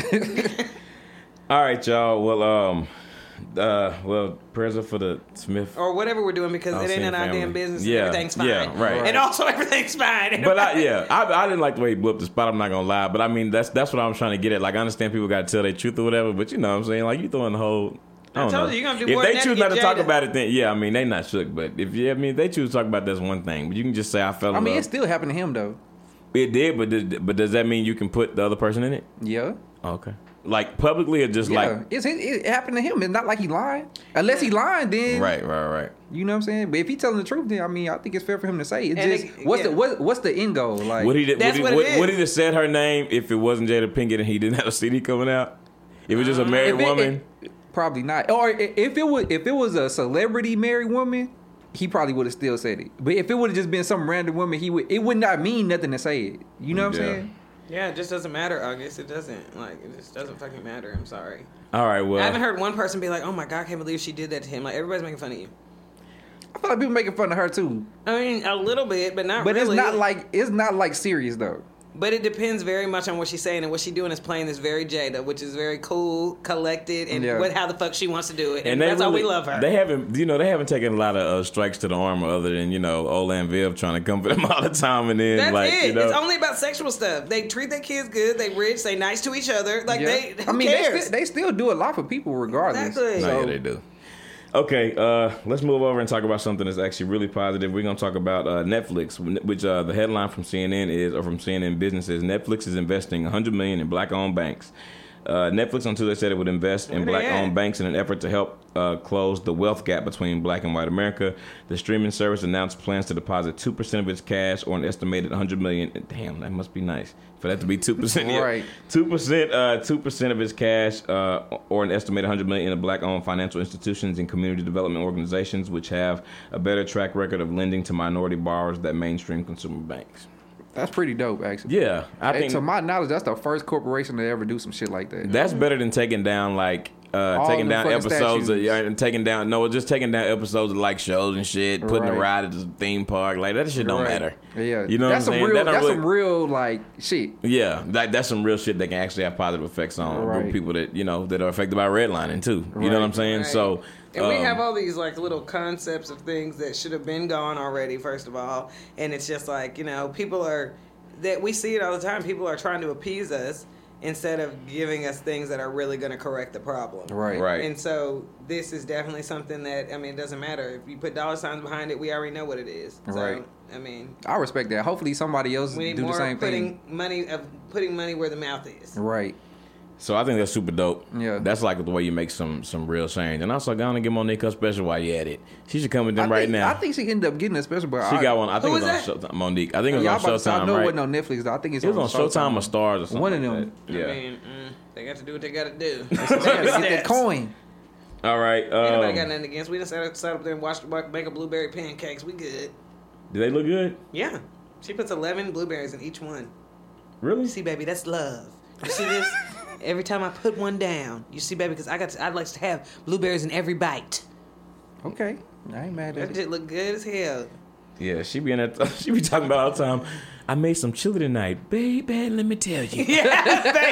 All right, y'all. Well, um, uh, well, prayers up for the Smith. Or whatever we're doing because I was it ain't saying in our damn Oh, family. business. and Yeah, everything's fine. yeah, right. And also (laughs) everything's fine. But I, yeah, I, I didn't like the way he blew up the spot. I'm not gonna lie, but I mean that's that's what I'm trying to get at. Like I understand people got to tell their truth or whatever, but you know what I'm saying like you throwing the whole. I, I don't told know. you, you gonna do if more they than that choose to not get to talk jaded. about it, then yeah, I mean they not shook. But if you, I mean they choose to talk about that's one thing. But you can just say I fell in I mean, it love. still happened to him though. It did, but did, but does that mean you can put the other person in it? Yeah. Oh, Okay, like publicly or just yeah. like It's his, it happened to him. It's not like he lying. Unless he lying, then right, right, right. You know what I'm saying? But if he telling the truth, then I mean, I think it's fair for him to say. It's And just it- what's the yeah. what, what's the end goal? Like Would he did, would That's he, what it would, is. would he have said her name if it wasn't Jada Pinkett and he didn't have a CD coming out? If it was Uh, just a married If it- woman. it- probably not. Or i- if it was if it was a celebrity married woman, he probably would have still said it. But if it would have just been some random woman, he would it would not mean nothing to say it. You know what Yeah. I'm saying? (laughs) yeah, it just doesn't matter, August. It doesn't. Like, it just doesn't fucking matter. I'm sorry. All right, well, I haven't heard one person be like, oh my God, I can't believe she did that to him. Like, everybody's making fun of you. I feel like people making fun of her too. I mean, a little bit, but not But really. it's not like it's not like serious though. But it depends very much on what she's saying and what she's doing is playing this very Jada, which is very cool, collected, and Yeah. what how the fuck she wants to do it. And, they that's how we really- love her. They haven't, you know, they haven't taken a lot of uh, strikes to the arm, other than you know, old and Viv trying to come for them (laughs) all the time, and then that's like it. you know, It's only about sexual stuff. They treat their kids good. They rich. They nice to each other. Like Yeah. they. Who I mean, They, cares? still, they still do a lot for people regardless. Exactly. No, So- yeah, they do. Okay, uh, let's move over and talk about something that's actually really positive. We're gonna talk about uh, Netflix, which uh, the headline from CNN is, or from CNN Business is, Netflix is investing 100 million in black-owned banks. Uh, Netflix on Tuesday said it would invest in Where they black-owned at? banks in an effort to help uh, close the wealth gap between black and white America. The streaming service announced plans to deposit 2% of its cash, or an estimated 100 million. Damn, that must be nice for that to be 2%. yeah. Right. Two percent, uh, two percent of its cash, uh, or an estimated 100 million, in black-owned financial institutions and community development organizations, which have a better track record of lending to minority borrowers than mainstream consumer banks. That's pretty dope, actually. Yeah, I And think to my knowledge, that's the first corporation to ever do some shit like that. that's better than taking down like uh, All taking the down fucking episodes of, statues. yeah, and taking down no, just taking down episodes of like shows and shit, putting a Right. ride at the theme park like that shit don't Right. matter. Yeah, you know that's what I'm some saying? real. That don't That's really- some real like shit. Yeah, that, that's some real shit that can actually have positive effects on a group of Right. people that you know that are affected by redlining too. You know what I'm Right. saying? Right. So And we um, have all these like little concepts of things that should have been gone already, first of all. And it's just like, you know, people are that we see it all the time. People are trying to appease us instead of giving us things that are really going to correct the problem. Right. Right. And so this is definitely something that I mean, it doesn't matter if you put dollar signs behind it. We already know what it is. So, Right. I mean, I respect that. Hopefully, somebody else we do need the more same putting thing. money of putting money where the mouth is. Right. So I think that's super dope. Yeah. That's like the way you make some some real change. And also, go on and get Monique her special while you at it. She should come with them I right think, now. I think she ended up getting a special, but she I, got one. I think Who it was, was on Showtime. Monique. I think it was Y'all on about to say, I Showtime, know right? it wasn't on Netflix. Though. I think it's it was on Showtime or Stars or something. One of like them. that. Yeah. I mean, mm, they got to do what they got to do. Yeah, (laughs) Get that coin. All right. Anybody got Um, nothing against? We just sat, sat up there and watched her make a blueberry pancakes. We good. do they look good? Yeah. She puts 11 blueberries in each one. Really? You see, baby, that's love. You see (laughs) this? every time I put one down, you see, baby, because I got to, I like to have blueberries in every bite. Okay, I ain't mad That at it. shit look good as hell. Yeah, she be in that. (laughs) she be talking about all the time. I made some chili tonight, baby. Let me tell you, (laughs) Yeah, (laughs)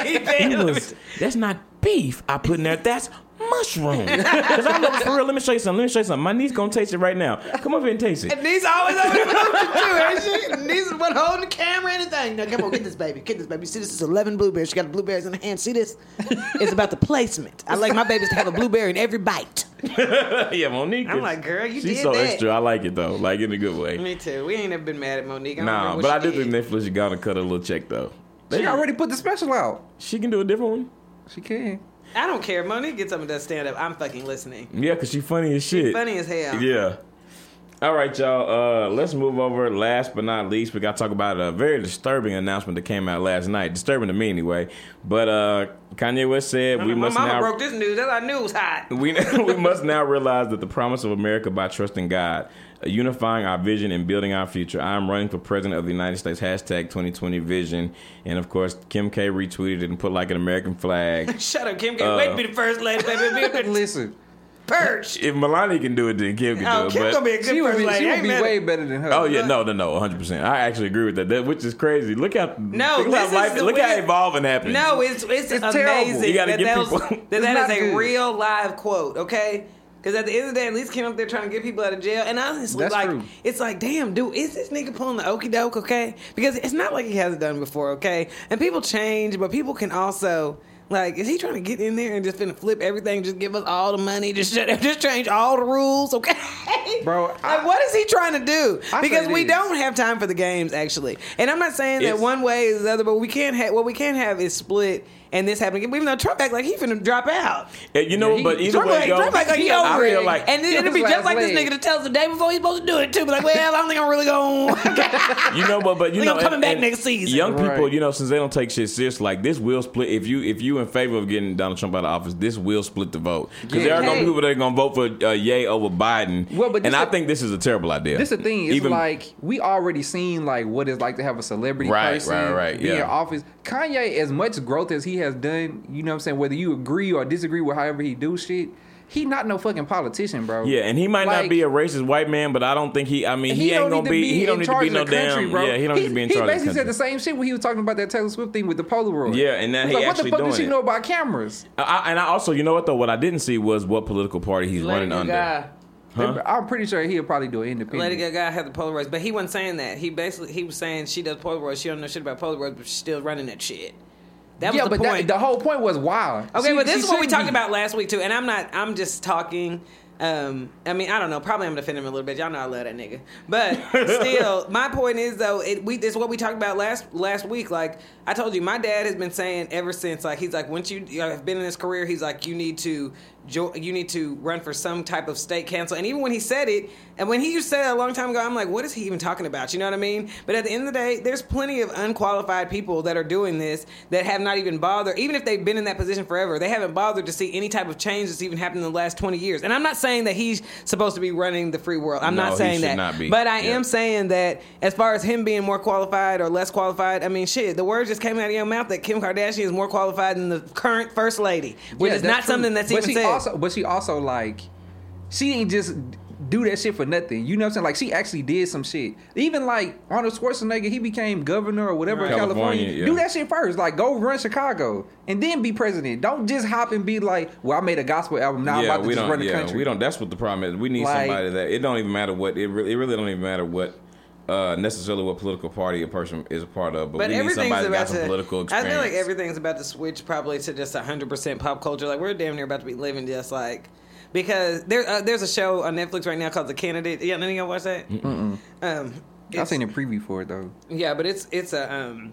It baby. was- that's not beef I put in there. That's mushroom. Cause I love it for real. Let me show you something. Let me show you something. My niece gonna taste it right now. Come over here and taste (laughs) it. And these always over the motion too, ain't she? And these is one holding the camera and anything. Now come on, get this baby, get this baby. See, this is eleven blueberries. She got the blueberries in her hand. See this? It's about the placement. I like my babies to have a blueberry in every bite. yeah, Monique. I'm is- like, girl, you She's did so that. extra. I like it though. Like in a good way. Me too. We ain't never been mad at Monique. I Nah, but I do think Netflix is gonna cut a little check though. They- She already put the special out. she can do a different one. She can. I don't care. Monique gets up and does stand up. I'm fucking listening. Yeah, cause she funny as shit. Funny as hell. Yeah. All right, y'all. Uh, let's move over. Last but not least, we got to talk about a very disturbing announcement that came out last night. Disturbing to me, anyway. But uh, Kanye West said we My must mama now broke this news. That's I knew it was hot. (laughs) we, we must now realize that the promise of America by trusting God, unifying our vision and building our future. I'm running for president of the United States. Hashtag 2020 vision. And of course, Kim K retweeted it and put like an American flag. (laughs) Shut up, Kim. Uh, Can't wait to be the first lady, baby. Be a good Listen, purge. if Melania can do it, then Kim can do Oh, it. Kim but- gonna be a she good would first be, lady. she would Ain't be mad at- way better than her. Oh yeah, no, no, no, 100. percent I actually agree with that. That which is crazy. Look how No, look this how is life, the look how weird- evolving happening. No, it's it's, It's amazing. terrible. You gotta that get that was- (laughs) people- that It's that not is a good. real live quote, okay? Because at the end of the day, at least came up there trying to get people out of jail. And honestly, That's like true. it's like, damn, dude, is this nigga pulling the okey doke, okay? Because it's not like he hasn't done before, okay? And people change, but people can also like, is he trying to get in there and just finna flip everything, just give us all the money, just shut, just change all the rules, okay? Bro, (laughs) like, I- what is he trying to do? I say Because we this. don't have time for the games, actually. And I'm not saying that It's- one way is the other, but we can't have what we can't have is split and this happening. Even though Trump act like he finna drop out, And you know, Yeah, he- but either Trump way, act, it goes, Trump act like he over I feel it. like and then Yeah, it'll be that's just why like it's this late. nigga to tell us the day before he's supposed to do it too. But like, well, I don't think I'm (laughs) really going. you know, but but you (laughs) Think know, I'm coming back next season. Young people, Right. you know, since they don't take shit serious, like this will split. If you if you in favor of getting Donald Trump out of office, this will split the vote because Yeah. there are gonna Hey. be people that are gonna vote for uh, Yay over Biden. Well, but and this I the- think this is a terrible idea. This the thing. It's Even- like we already seen like what it's like to have a celebrity Right, person right, right, be in yeah. office. Kanye, as much growth as he has done, you know what I'm saying. Whether you agree or disagree with however he do shit, he not no fucking politician, bro. Yeah, and he might not Like- be a racist white man, but I don't think he. I mean, he, ain't don't gonna need to be. He don't in need to charge be of no the country, damn. bro. Yeah, he don't need to be in he charge. of the basically said country. the same shit when he was talking about that Taylor Swift thing with the Polaroid. Yeah, and now He's he like, actually what the fuck doing does she it." know about cameras? I, and I also, you know what though? What I didn't see was what political party he's running under. Huh? I'm pretty sure he'll probably do it independent. Lady Gaga had the Polaroids, but he wasn't saying that. He basically he was saying she does Polaroids. She don't know shit about Polaroids, but she's still running that shit. That was yeah, the but point. That, the whole point was wild. Okay, She- but she this is what we shouldn't talked be. about last week too, and I'm not. I'm just talking. Um, I mean, I don't know. Probably I'm gonna offend him a little bit. Y'all know I love that nigga, but still, my point is though, it, we this is what we talked about last last week. Like I told you, my dad has been saying ever since. Like he's like, once you, you know, have been in this career, he's like, you need to jo- you need to run for some type of state council. And even when he said it, and when he used to say that a long time ago, I'm like, what is he even talking about? You know what I mean? But at the end of the day, there's plenty of unqualified people that are doing this that have not even bothered, even if they've been in that position forever, they haven't bothered to see any type of change that's even happened in the last 20 years. And I'm not saying that he's supposed to be running the free world. I'm No, he not saying should that. not be. But I Yeah. am saying that as far as him being more qualified or less qualified, I mean, shit, the words just came out of your mouth that Kim Kardashian is more qualified than the current first lady, which Yeah, is not true. something that's but even she said. Also, but she also like she ain't just do that shit for nothing. You know what I'm saying? Like she actually did some shit. Even like Arnold Schwarzenegger, he became governor or whatever in California, California. yeah. Do that shit first. Like go run Chicago and then be president. Don't just hop and be like, well, I made a gospel album. Now I'm yeah, about to we just don't. run the yeah, country. we don't. That's what the problem is. We need Like- somebody that it don't even matter what it really. It really don't even matter what uh, necessarily what political party a person is a part of. But, But we need everything's somebody that about got some to. political I experience. feel like everything's about to switch probably to just hundred percent pop culture. Like we're damn near about to be living just like because there uh, there's a show on Netflix right now called The Candidate. Yeah, none of y'all watch that. Um, I it's- seen a preview for it though. Yeah, but it's it's a um,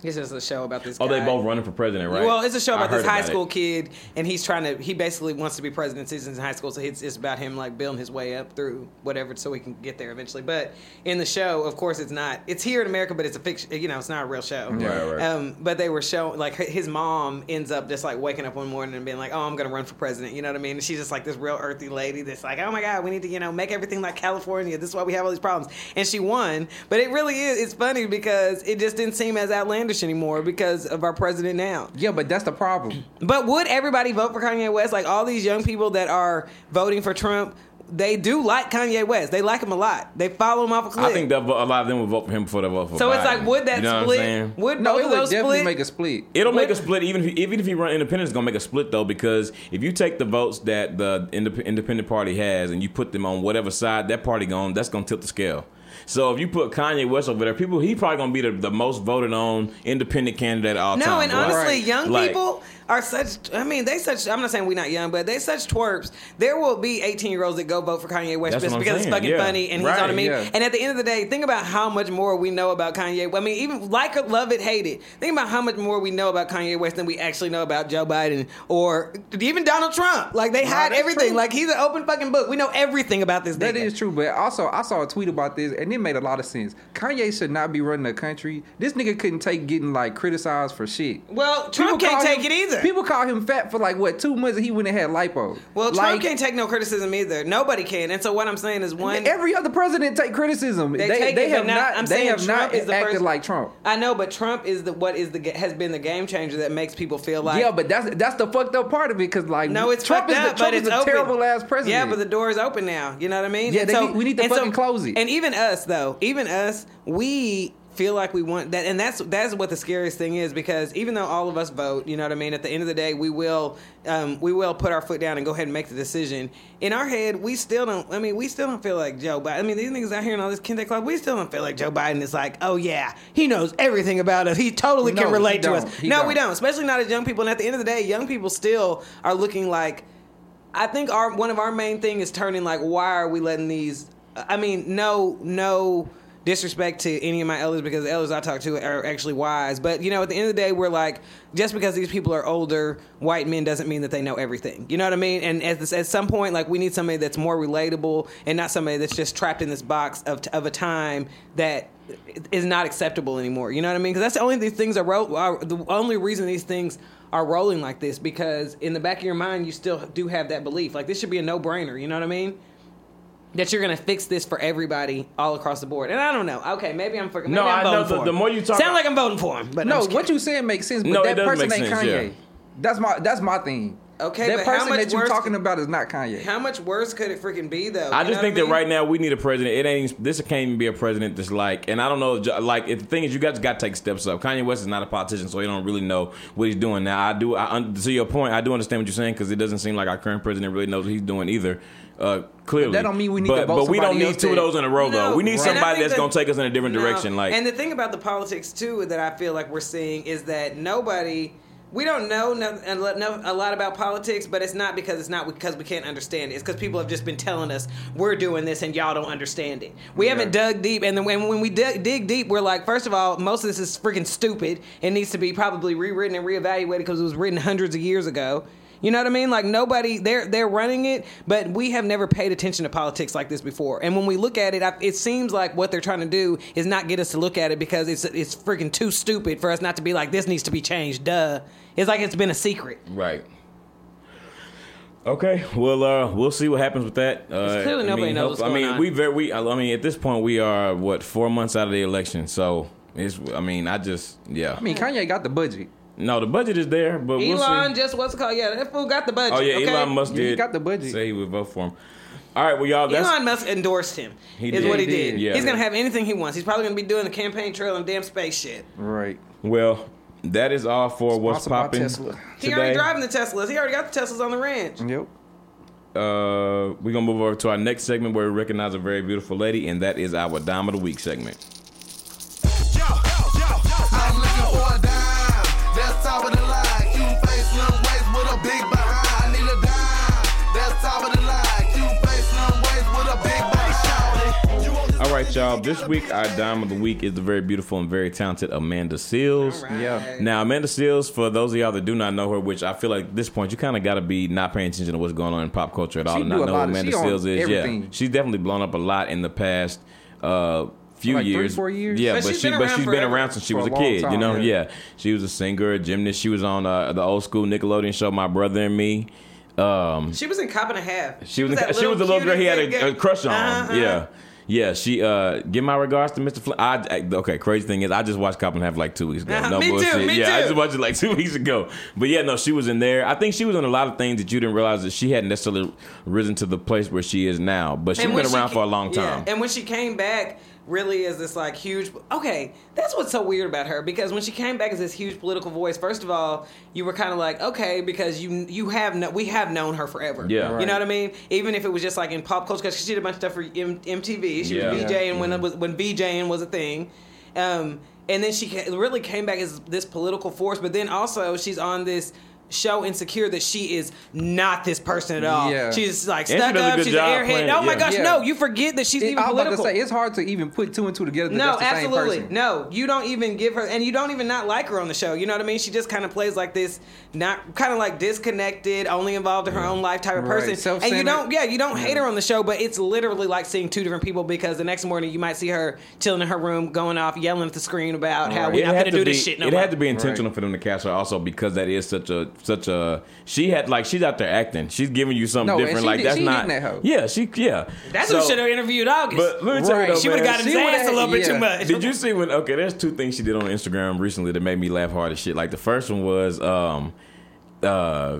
it's just a show about this. Oh, they guy. both running for president, right? Well, it's a show I about heard this high it. school kid, and he's trying to. He basically wants to be president since he's in high school, so it's, it's about him like building his way up through whatever, so he can get there eventually. But in the show, of course, it's not. It's here in America, but it's a fiction. You know, it's not a real show. Right, right. Um, but they were showing like hi- his mom ends up just like waking up one morning and being like, "Oh, I'm gonna run for president." You know what I mean? And she's just like this real earthy lady that's like, "Oh my god, we need to you know make everything like California. This is why we have all these problems." And she won, but it really is. It's funny because it just didn't seem as outlandish outlandish anymore because of our president now. Yeah, but that's the problem. But would everybody vote for Kanye West? Like all these young people that are voting for Trump, they do like Kanye West. They like him a lot. They follow him off a cliff. I think that vo- a lot of them would vote for him before they vote for. so. It's Biden. like would that You know what I'm saying? split? Would No, both it of would those definitely split? make a split. It'll make a split even if even if he run independent, it's gonna make a split though because if you take the votes that the indep- independent party has and you put them on whatever side that party gone, that's gonna tilt the scale. So if you put Kanye West over there, people he probably gonna be the, the most voted on independent candidate of all no, time. and Like- honestly, Right. young Like- people are such. I mean, they such. I'm not saying we're not young, but they such twerps. There will be 18 year olds that go vote for Kanye West That's just what I'm because it's saying, fucking yeah. funny and he's Right, on a meme. yeah. And at the end of the day, think about how much more we know about Kanye. I mean, even like it, love it, hate it. Think about how much more we know about Kanye West than we actually know about Joe Biden or even Donald Trump. Like they hide that's everything. true. Like he's an open fucking book. We know everything about this. That nigga. is true, but also I saw a tweet about this, and it made a lot of sense. Kanye should not be running the country. This nigga couldn't take getting like criticized for shit. Well, Trump People can't call take him- it either. People call him fat for like what two months, and he went and had lipo. well, Trump like, can't take no criticism either. Nobody can. And so what I'm saying is one. Every other president take criticism. They, they, take it, have but now- not. I'm they saying have Trump not is the acted first- like Trump. I know, but Trump is the what is the ga- has been the game changer that makes people feel like yeah, but that's that's the fucked up part of it because like no, it's Trump fucked is up, the, Trump but is it's a open. terrible ass president. Yeah, but the door is open now. You know what I mean? Yeah, And they need- we need to and fucking close it. And even us though, even us, we feel like we want that, and that's that's what the scariest thing is because even though all of us vote, you know what I mean. At the end of the day, we will um, we will put our foot down and go ahead and make the decision. In our head, we still don't. I mean, we still don't feel like Joe Biden. I mean, these niggas out here and all this kente cloth, we still don't feel like Joe Biden is like, oh yeah, he knows everything about us. He totally No, can he relate to don't. us. He no, don't. we don't, especially not as young people. And at the end of the day, young people still are looking like. I think our one of our main thing is turning like why are we letting these? I mean, no, no disrespect to any of my elders because the elders I talk to are actually wise, but you know, at the end of the day, we're like just because these people are older, white men doesn't mean that they know everything. You know what I mean? And at, this, at some point, like we need somebody that's more relatable and not somebody that's just trapped in this box of of a time that is not acceptable anymore. You know what I mean? Because that's the only these things are, ro- are the only reason these things are rolling like this because in the back of your mind you still do have that belief. Like this should be a no brainer. You know what I mean? That you're gonna fix this for everybody all across the board. And I don't know. Okay, maybe I'm fucking. Maybe No, I'm I voting know the- for him. the more you talk- sound like I'm voting for him. But I'm no, just what you saying makes sense, but No, it that does person make ain't sense, Kanye. yeah. That's my that's my thing. Okay, that but how person much that you're worse talking could- about is not Kanye. kidding. how much worse could it freaking be though? I You just know think what that right mean? now we need a president. It ain't this can't even be a president that's like, and I don't know, ju- like if the thing is you guys got to take steps up. Kanye West is not a politician, so he don't really know what he's doing. Now I do, I un- to your point, I do understand what you're saying because it doesn't seem like our current president really knows what he's doing either. Uh, clearly, that don't mean we need to but, vote but we don't somebody need else two of that- those in a row No, though. We need right. And I somebody think that's that- gonna take us in a different No. direction. Like, and the thing about the politics too that I feel like we're seeing is that nobody. We don't know no, a lot- no- a lot about politics, but it's not because it's not because we can't understand it. It's because people have just been telling us we're doing this and y'all don't understand it. We haven't dug deep, and then when, when we dig, dig deep, we're like, first of all, most of this is freaking stupid and needs to be probably rewritten and reevaluated because it was written hundreds of years ago. You know what I mean? Like nobody they're they're running it, but we have never paid attention to politics like this before. And when we look at it, I, it seems like what they're trying to do is not get us to look at it because it's it's freaking too stupid for us not to be like this needs to be changed. Duh. It's like it's been a secret. right. Okay, well, uh, we'll see what happens with that. Uh, clearly I nobody mean, knows what's I going mean, on. we very, we. I mean, at this point, we are what four months out of the election, so it's. I mean, I just, yeah. I mean, Kanye got the budget. no, the budget is there, but we'll Elon see. just what's it called? Yeah, that fool got the budget. Oh yeah, okay? Elon Musk Yeah, did. he got the budget. Say he would vote for him. All right, well, y'all. That's Elon Musk endorsed him. He is did. what he He did, did. yeah. He's gonna have anything he wants. He's probably gonna be doing the campaign trail and damn space shit. Right. well. That is all for what's Sponsored by popping. Tesla. He already today. Mm. driving the Teslas. He already got the Teslas on the ranch. Yep. Uh, we're gonna move over to our next segment where we recognize a very beautiful lady, and that is our dime of the week segment. Yo, yo, yo, yo. I'm looking for a dime. That's top of the line. Cute face, slim waist with a big behind. I need a dime. That's top of the line. Cute face, slim waist with a big behind. You want this All right, y'all. This week, our dime of the week is the very beautiful and very talented Amanda Seals. All right. Yeah. Now, Amanda Seals, for those of y'all that do not know her, which I feel like at this point you kind of got to be not paying attention to what's going on in pop culture at all, She and do not a know lot who of- Amanda she on Seals is. Yeah, everything. she's definitely blown up a lot in the past uh, few Like three, years, four years? Yeah, but, But she's she been but around she's been forever. around since she For was a a long kid. you time, know, yeah. yeah. she was a singer, a gymnast. She was on uh, the old school Nickelodeon show, My Brother and Me. Um, She was in Cop and a Half. she was, that she was the little cutie girl he had thing a, a that- crush on. Uh-huh. Yeah. Yeah, she uh give my regards to Mr. Flynn. I, I- okay, crazy thing is I just watched Cop and Half like 2 weeks ago. Uh-huh, No me too, bullshit. me yeah, I too. just watched it like (laughs) 2 weeks ago. But yeah, no, she was in there. I think she was on a lot of things that you didn't realize that she hadn't necessarily risen to the place where she is now, but she's And been when around she ca- for a long yeah, time. And when she came back, really is this like huge. Okay, that's what's so weird about her because when she came back as this huge political voice, first of all, you were kind of like okay because you you have no, we have known her forever. Yeah. you Right. know what I mean. Even if it was just like in pop culture, because she did a bunch of stuff for M- MTV. She Yeah. was VJing when it was when VJing was a thing. Um, and then she ca- really came back as this political force, but then also she's on this show insecure that she is not this person at all. Yeah. She's like And she stuck does a up. good She's an job airhead. playing it, oh my yeah. gosh, Yeah. no! You forget that she's It- even I was about to political. say it's hard to even put two and two together. that no, that's the absolutely, Same person. no. You don't even give her, and you don't even not like her on the show. You know what I mean? She just kind of plays like this, not kind of like disconnected, only involved in her own life type of Right. person. And you Self-centered. don't, yeah, you don't hate her on the show, but it's literally like seeing two different people because the next morning you might see her chilling in her room, going off, yelling at the screen about how Right. we're It not had going to do be, this shit. No it more. had to be intentional for them to cast her also because that is such a such a she had like she's out there acting. She's giving you something No, and different. she like did- that's she not hitting that hoe. yeah she yeah. That's so, who should have interviewed August. But let me tell you Right. though, she would have man, got his She would've ass a little bit had- too yeah. much. Did you see when? Okay, there's two things she did on Instagram recently that made me laugh hard as shit. Like the first one was, um, uh,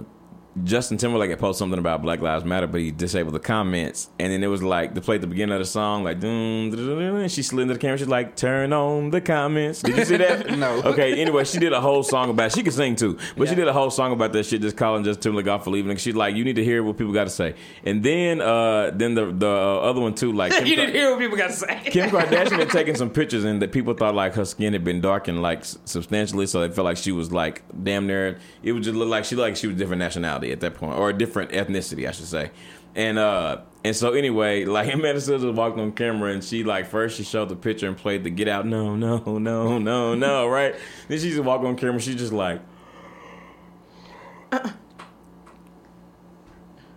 Justin Timberlake had posted something about Black Lives Matter, but he disabled the comments, and then it was like they played the beginning of the song, like, doom, da-da-da-da, and she slid into the camera, she's like, "Turn on the comments." Did you see that? No. Okay. Anyway, she did a whole song about. She could sing too, but she did a whole song about that shit, just calling Justin Timberlake off for leaving. And she's like, "You need to hear what people got to say," and then, uh, then the the other one too, (laughs) like, Kim (laughs) you Kar- didn't hear what people got to say. (laughs) Kim Kardashian had taken some pictures, and that people thought like her skin had been darkened like s- substantially, so they felt like she was like damn near. It would just look like she looked like she was different nationality at that point, or a different ethnicity, I should say. And uh, and so anyway, (laughs) like Amanda Scissors walked on camera, and she like first she showed the picture and played the "Get Out, No, No, No, No, No," (laughs) right? then she just walked on camera. She just like.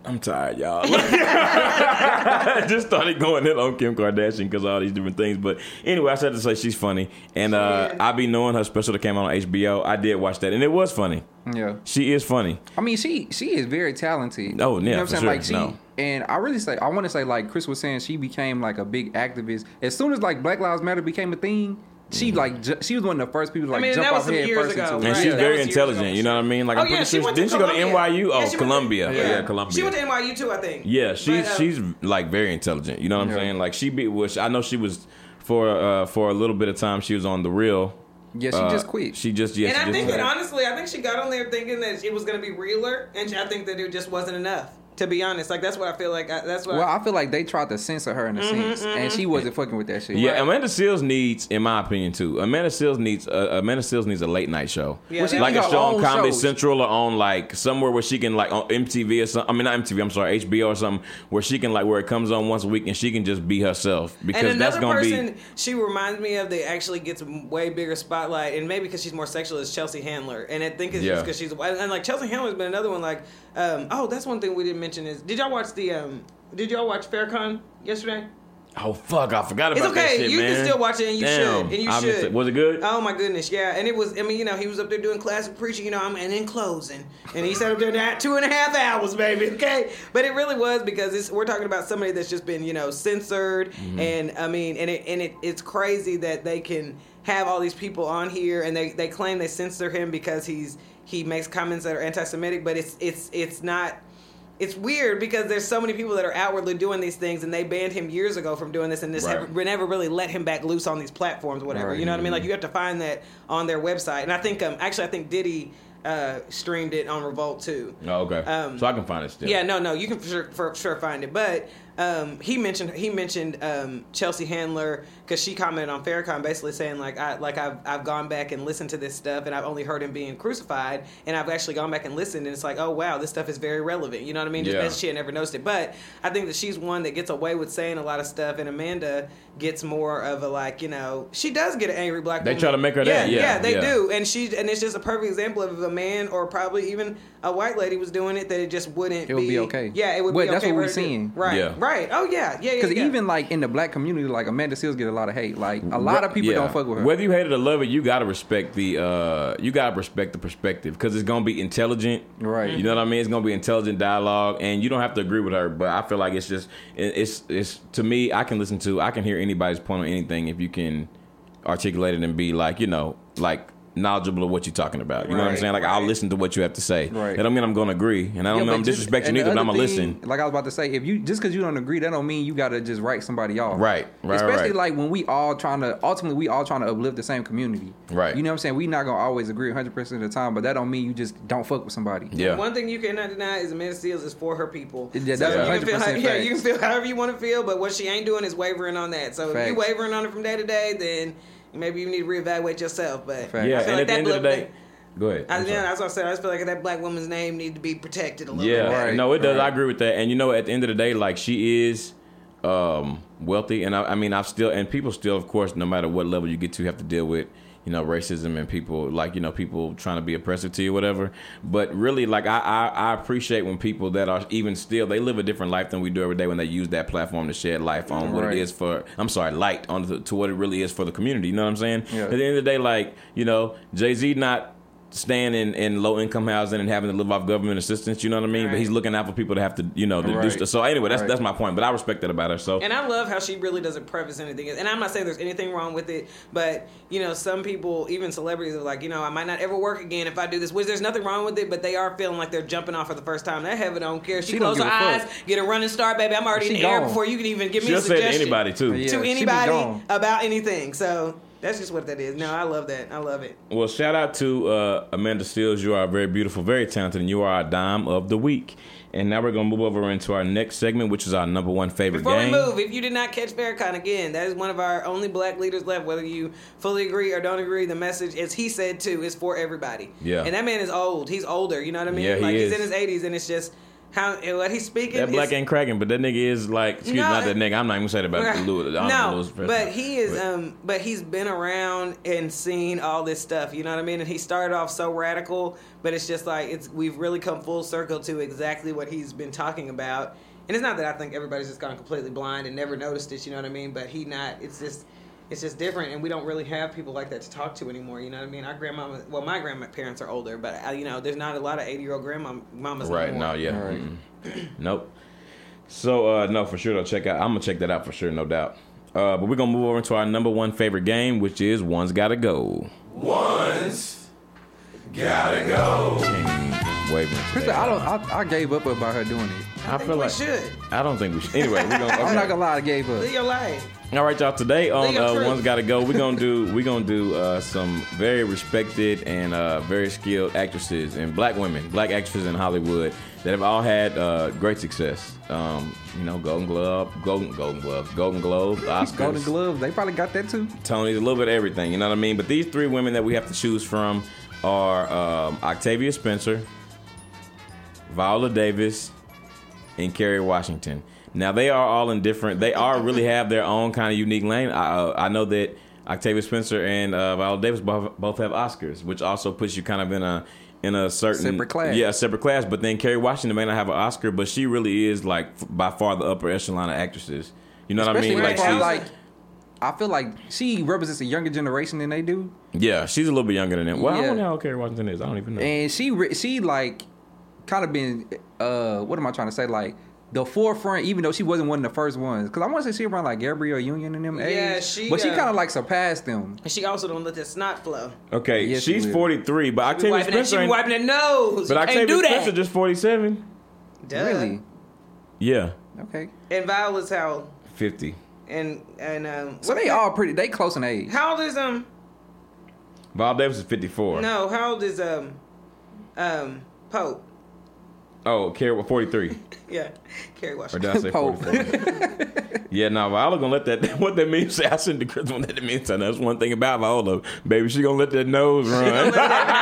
I'm tired, y'all. I (laughs) just started going in on Kim Kardashian because all these different things. But anyway, I said to say she's funny, and uh, I be knowing her special that came out on HBO. I did watch that, and it was funny. Yeah. She is funny. I mean, she she is very talented. Oh, yeah, you know what I'm for saying? sure. Like she, No. and I really say I want to say like Chris was saying, she became like a big activist as soon as like Black Lives Matter became a thing. She like ju- she was one of the first people to, like I mean, jump that was off some head years first ago, into it. Mm-hmm. And Right. she's That very was years intelligent. ago. You know what I mean? Like, Oh I'm pretty yeah, she sure. went Didn't to she go to Columbia. NYU? Yeah, Oh, she went to- Columbia. yeah. yeah, Columbia. She went to NYU too, I think. Yeah, she's But, uh, she's like very intelligent. You know what I'm Yeah. saying? Like she be which I know she was for uh for a little bit of time she was on the real. Yeah, she Uh, just quit. She just yeah. And she I just think quit. that honestly, I think she got on there thinking that it was going to be realer, and I think that it just wasn't enough. To be honest, like that's what I feel like. I, that's what. well, I, I feel like they tried to censor her in a Mm-hmm, sense, and she wasn't fucking with that shit. yeah, Amanda Seals needs, in my opinion, too. Amanda Seals needs uh, Amanda Seals needs a late night show, Yeah, Well, she like needs a her show on own Comedy shows. Central or on like somewhere where she can like on MTV or something. I mean, not MTV. I'm sorry, HBO or something where she can like where it comes on once a week and she can just be herself and because that's another gonna person be. she reminds me of that actually gets a way bigger spotlight, and maybe because she's more sexual is Chelsea Handler, and I think it's Yeah. just because she's white. And like Chelsea Handler's been another one. Like, um, oh, that's one thing we didn't mention is did y'all watch the um, did y'all watch Faircon yesterday? Oh fuck! I forgot It's about that okay. shit, you man. can still watch it, and you Damn. should. And you I missed should. it. Was it good? Oh my goodness, yeah. And it was. I mean, you know, he was up there doing classic preaching. You know, I'm and then closing, and he sat up there that two and a half hours, baby. Okay, but it really was because it's, we're talking about somebody that's just been, you know, censored, and I mean, and it and it, it's crazy that they can have all these people on here, and they they claim they censor him because he's he makes comments that are anti-Semitic, but it's it's it's not it's weird because there's so many people that are outwardly doing these things and they banned him years ago from doing this and this Right. have never really let him back loose on these platforms whatever Right. you know what i mean like you have to find that on their website and i think um actually i think diddy uh streamed it on revolt too Oh, okay. Um, so I can find it still. yeah, no, no, you can for sure, for sure find it. But um, he mentioned he mentioned um, Chelsea Handler because she commented on Farrakhan basically saying like I like I've I've gone back and listened to this stuff and I've only heard him being crucified and I've actually gone back and listened and it's like oh wow this stuff is very relevant you know what I mean just Yeah. as she had never noticed it but I think that she's one that gets away with saying a lot of stuff and Amanda gets more of a like you know she does get an angry black They woman. try to make her that, yeah, yeah they yeah. do and she and it's just a perfect example of man or probably even a white lady was doing it, that it just wouldn't. It would be okay. Yeah, it would. But be that's okay for what we're her to do. seeing. Right. Yeah. Right. Oh yeah. Yeah. Yeah. Because yeah. even like in the black community, like Amanda Seals get a lot of hate. Like a lot of people Yeah. don't fuck with her. Whether you hate it or love it, you gotta respect the uh, you gotta respect the perspective because it's gonna be intelligent, Right. You know what I mean? It's gonna be intelligent dialogue, and you don't have to agree with her. But I feel like it's just it- it's it's to me, I can listen to, I can hear anybody's point on anything if you can articulate it and be like, you know, like knowledgeable of what you're talking about. You know what I'm Right, saying? Like I'll right. listen to what you have to say. Right. That don't mean I'm gonna agree, and I don't Yeah, mean but I'm just- disrespecting and the either, but other I'm gonna thing, listen. Like I was about to say, if you just because you don't agree, that don't mean you got to just write somebody off. Right, right, Especially right. like when we all trying to ultimately we all trying to uplift the same community. Right. You know what I'm saying? We not gonna always agree 100 percent of the time, but that don't mean you just don't fuck with somebody. Yeah. One thing you cannot deny is Amanda Seals is for her people. Yeah, that's you can feel 100% yeah, you can facts. feel however you want to feel, but what she ain't doing is wavering on that. So if Facts. you wavering on it from day to day, then maybe you need to reevaluate yourself. But Facts. Yeah, I and feel like at the that end of the little day, bit- go ahead. I, I'm sorry. yeah, that's what I said. I just feel like that black woman's name needs to be protected a little Yeah, bit. Right, no, it does. I right. agree with that. And you know, at the end of the day, like she is um, wealthy, and I, I mean, I've still and people still, of course, no matter what level you get to, have to deal with you know racism and people like you know people trying to be oppressive to you, whatever. But really, like I, I, I appreciate when people that are even still they live a different life than we do every day when they use that platform to shed life on what Right. it is for. I'm sorry, light on to, to what it really is for the community. You know what I'm saying? Yeah. At the end of the day, like you know, Jay Z not staying in, in low income housing and having to live off government assistance. You know what I mean? But Right. he's looking out for people to have to, you know, to do Right. stuff. So anyway, that's Right. that's my point. But I respect that about her. So And I love how she really doesn't preface anything. And I'm not saying there's anything wrong with it, but you know, some people, even celebrities, are like, you know, I might not ever work again if I do this. Which there's nothing wrong with it, but they are feeling like they're jumping off for the first time. That heaven don't care. She, She don't closed her give a eyes, fuck. get a running start, baby. I'm already She in the air gone. before you can even give me she'll a say to suggestion anybody too. Yeah. to she be anybody gone. about anything. So that's just what that is. No, I love that. I love it. Well, shout out to uh, Amanda Seals. You are very beautiful, very talented, and you are our dime of the week. And now we're gonna move over into our next segment, which is our number one favorite Before game. we move, if you did not catch Farrakhan again, that is one of our only black leaders left. Whether you fully agree or don't agree, the message, as he said too, is for everybody. Yeah. And that man is old. He's older. You know what I mean? Yeah, he like is. he's in his eighties, and it's just how and what he's speaking. that black is, ain't cracking, but that nigga is like, excuse No, me, not that it- nigga. I'm not even saying about Louis. I'm no, Louis but he is. But- Um, but he's been around and seen all this stuff. You know what I mean? And he started off so radical, but it's just like it's. We've really come full circle to exactly what he's been talking about. And it's not that I think everybody's just gone completely blind and never noticed it. You know what I mean? But he not. It's just. It's just different, and we don't really have people like that to talk to anymore. You know what I mean? Our grandma, well, my grandparents are older, but uh, you know, there's not a lot of 80 year old grandma mamas Right anymore. now, yeah. Right. Mm-mm. nope. So uh no, for sure though. Check out. I'm gonna check that out for sure, no doubt. Uh, but we're gonna move over into our number one favorite game, which is one's gotta go. One's gotta go. Waving. Krista, I don't. I, I gave up about her doing it. I, think we should. I don't think we should. Anyway, (laughs) we're gonna. I'm okay. not gonna lie, I gave up. Live your life. All right, y'all. Today on Legal uh, truth. One's Gotta Go, we're gonna do we're gonna do uh, some very respected and uh, very skilled actresses and black women, black actresses in Hollywood that have all had uh, great success. Um, you know, Golden Glove, Golden Golden Glove, Golden Globe, Oscars, Golden Gloves, they probably got that too. Tony's, a little bit of everything. You know what I mean? But these three women that we have to choose from are um, Octavia Spencer, Viola Davis, and Kerry Washington. Now they are all in different. They all really have their own kind of unique lane. I, uh, I know that Octavia Spencer and uh, Viola Davis both, both have Oscars, which also puts you kind of in a in a certain Separate class. Yeah, a separate class. But then Kerry Washington may not have an Oscar, but she really is like f- by far the upper echelon of actresses. You know Especially what I mean? like, she- like, I feel like she represents a younger generation than they do. Yeah, she's a little bit younger than him. Well, I Yeah. don't know how Kerry Washington is. I don't even know. and she re- she like kind of been uh what am I trying to say like the forefront even though she wasn't one of the first ones because I want to say she around like Gabrielle Union and them age Yeah, she, but she uh, kind of like surpassed them And she also don't let that snot flow. okay, Yes, she she's will. 43, but She be Octavia wiping, that, she Spencer. be ain't- wiping her nose. but You can't Octavia do Spencer that. just 47. Duh. really Yeah, okay And Viola's how old? 50. And and um. so they all pretty they close in age How old is um? Bob Davis is 54. No, how old is um, um Pope? Oh, carry with 43. Yeah, Kerry Or Washington. did I (laughs) say Pope. 44? yeah, no, Viola gonna let that, (laughs) what that means, I shouldn't decrypt what that means. I know That's one thing about Viola. Baby, she gonna let that nose run.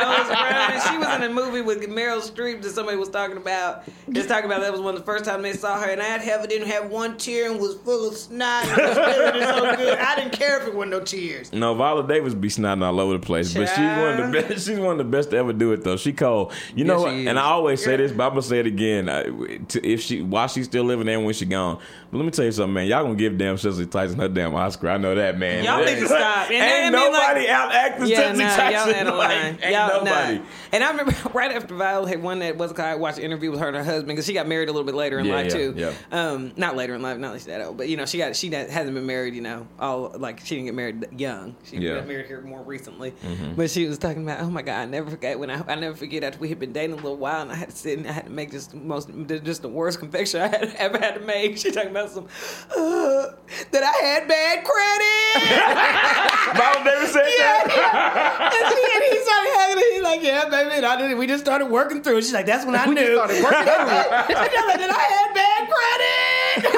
That nose running. She was in a movie with Meryl Streep that somebody was talking about. Just talking about that was one of the first time they saw her, and I'd have didn't have one tear and was full of snot. And was feeling so good. I didn't care if it wasn't no tears. No, Viola Davis be snotting all over the place, but she's one of the Child. best. She's one of the best to ever do it, though. She cold, you know. she what? is. and I always say this, but I'm gonna say it again. I, to, if she, while she's still living and when she gone, but let me tell you something, man. Y'all gonna give damn Cicely Tyson her damn Oscar. I know that, man. Y'all need to stop. And ain't that- I mean, like- nobody out acting Yeah, Cicely nah, y'all Tyson. had a like, line. ain't y'all nobody. Nah. And I remember (laughs) right after Viola had won that, what's it called? I watched an interview with her and her husband because she got married a little bit later in Yeah, life yeah, too. yeah. Um, not later in life, not like she's that old, but you know, she got she that hasn't been married. You know, all like she didn't get married that young. She Yeah. Mm-hmm. got married here more recently. But she was talking about, oh my god, I never forget when I I never forget after we had been dating a little while and I had to sit and I had to make just the most just the worst confection (laughs) I had ever had to make. She talking about some uh, that I had bad credit. Viola Davis said that. (laughs) And, she, and he started hugging her. He's like, yeah, baby. And I did it. We just started working through it. She's like, that's when I knew. She's like, started working (laughs) "Then I had bad credit.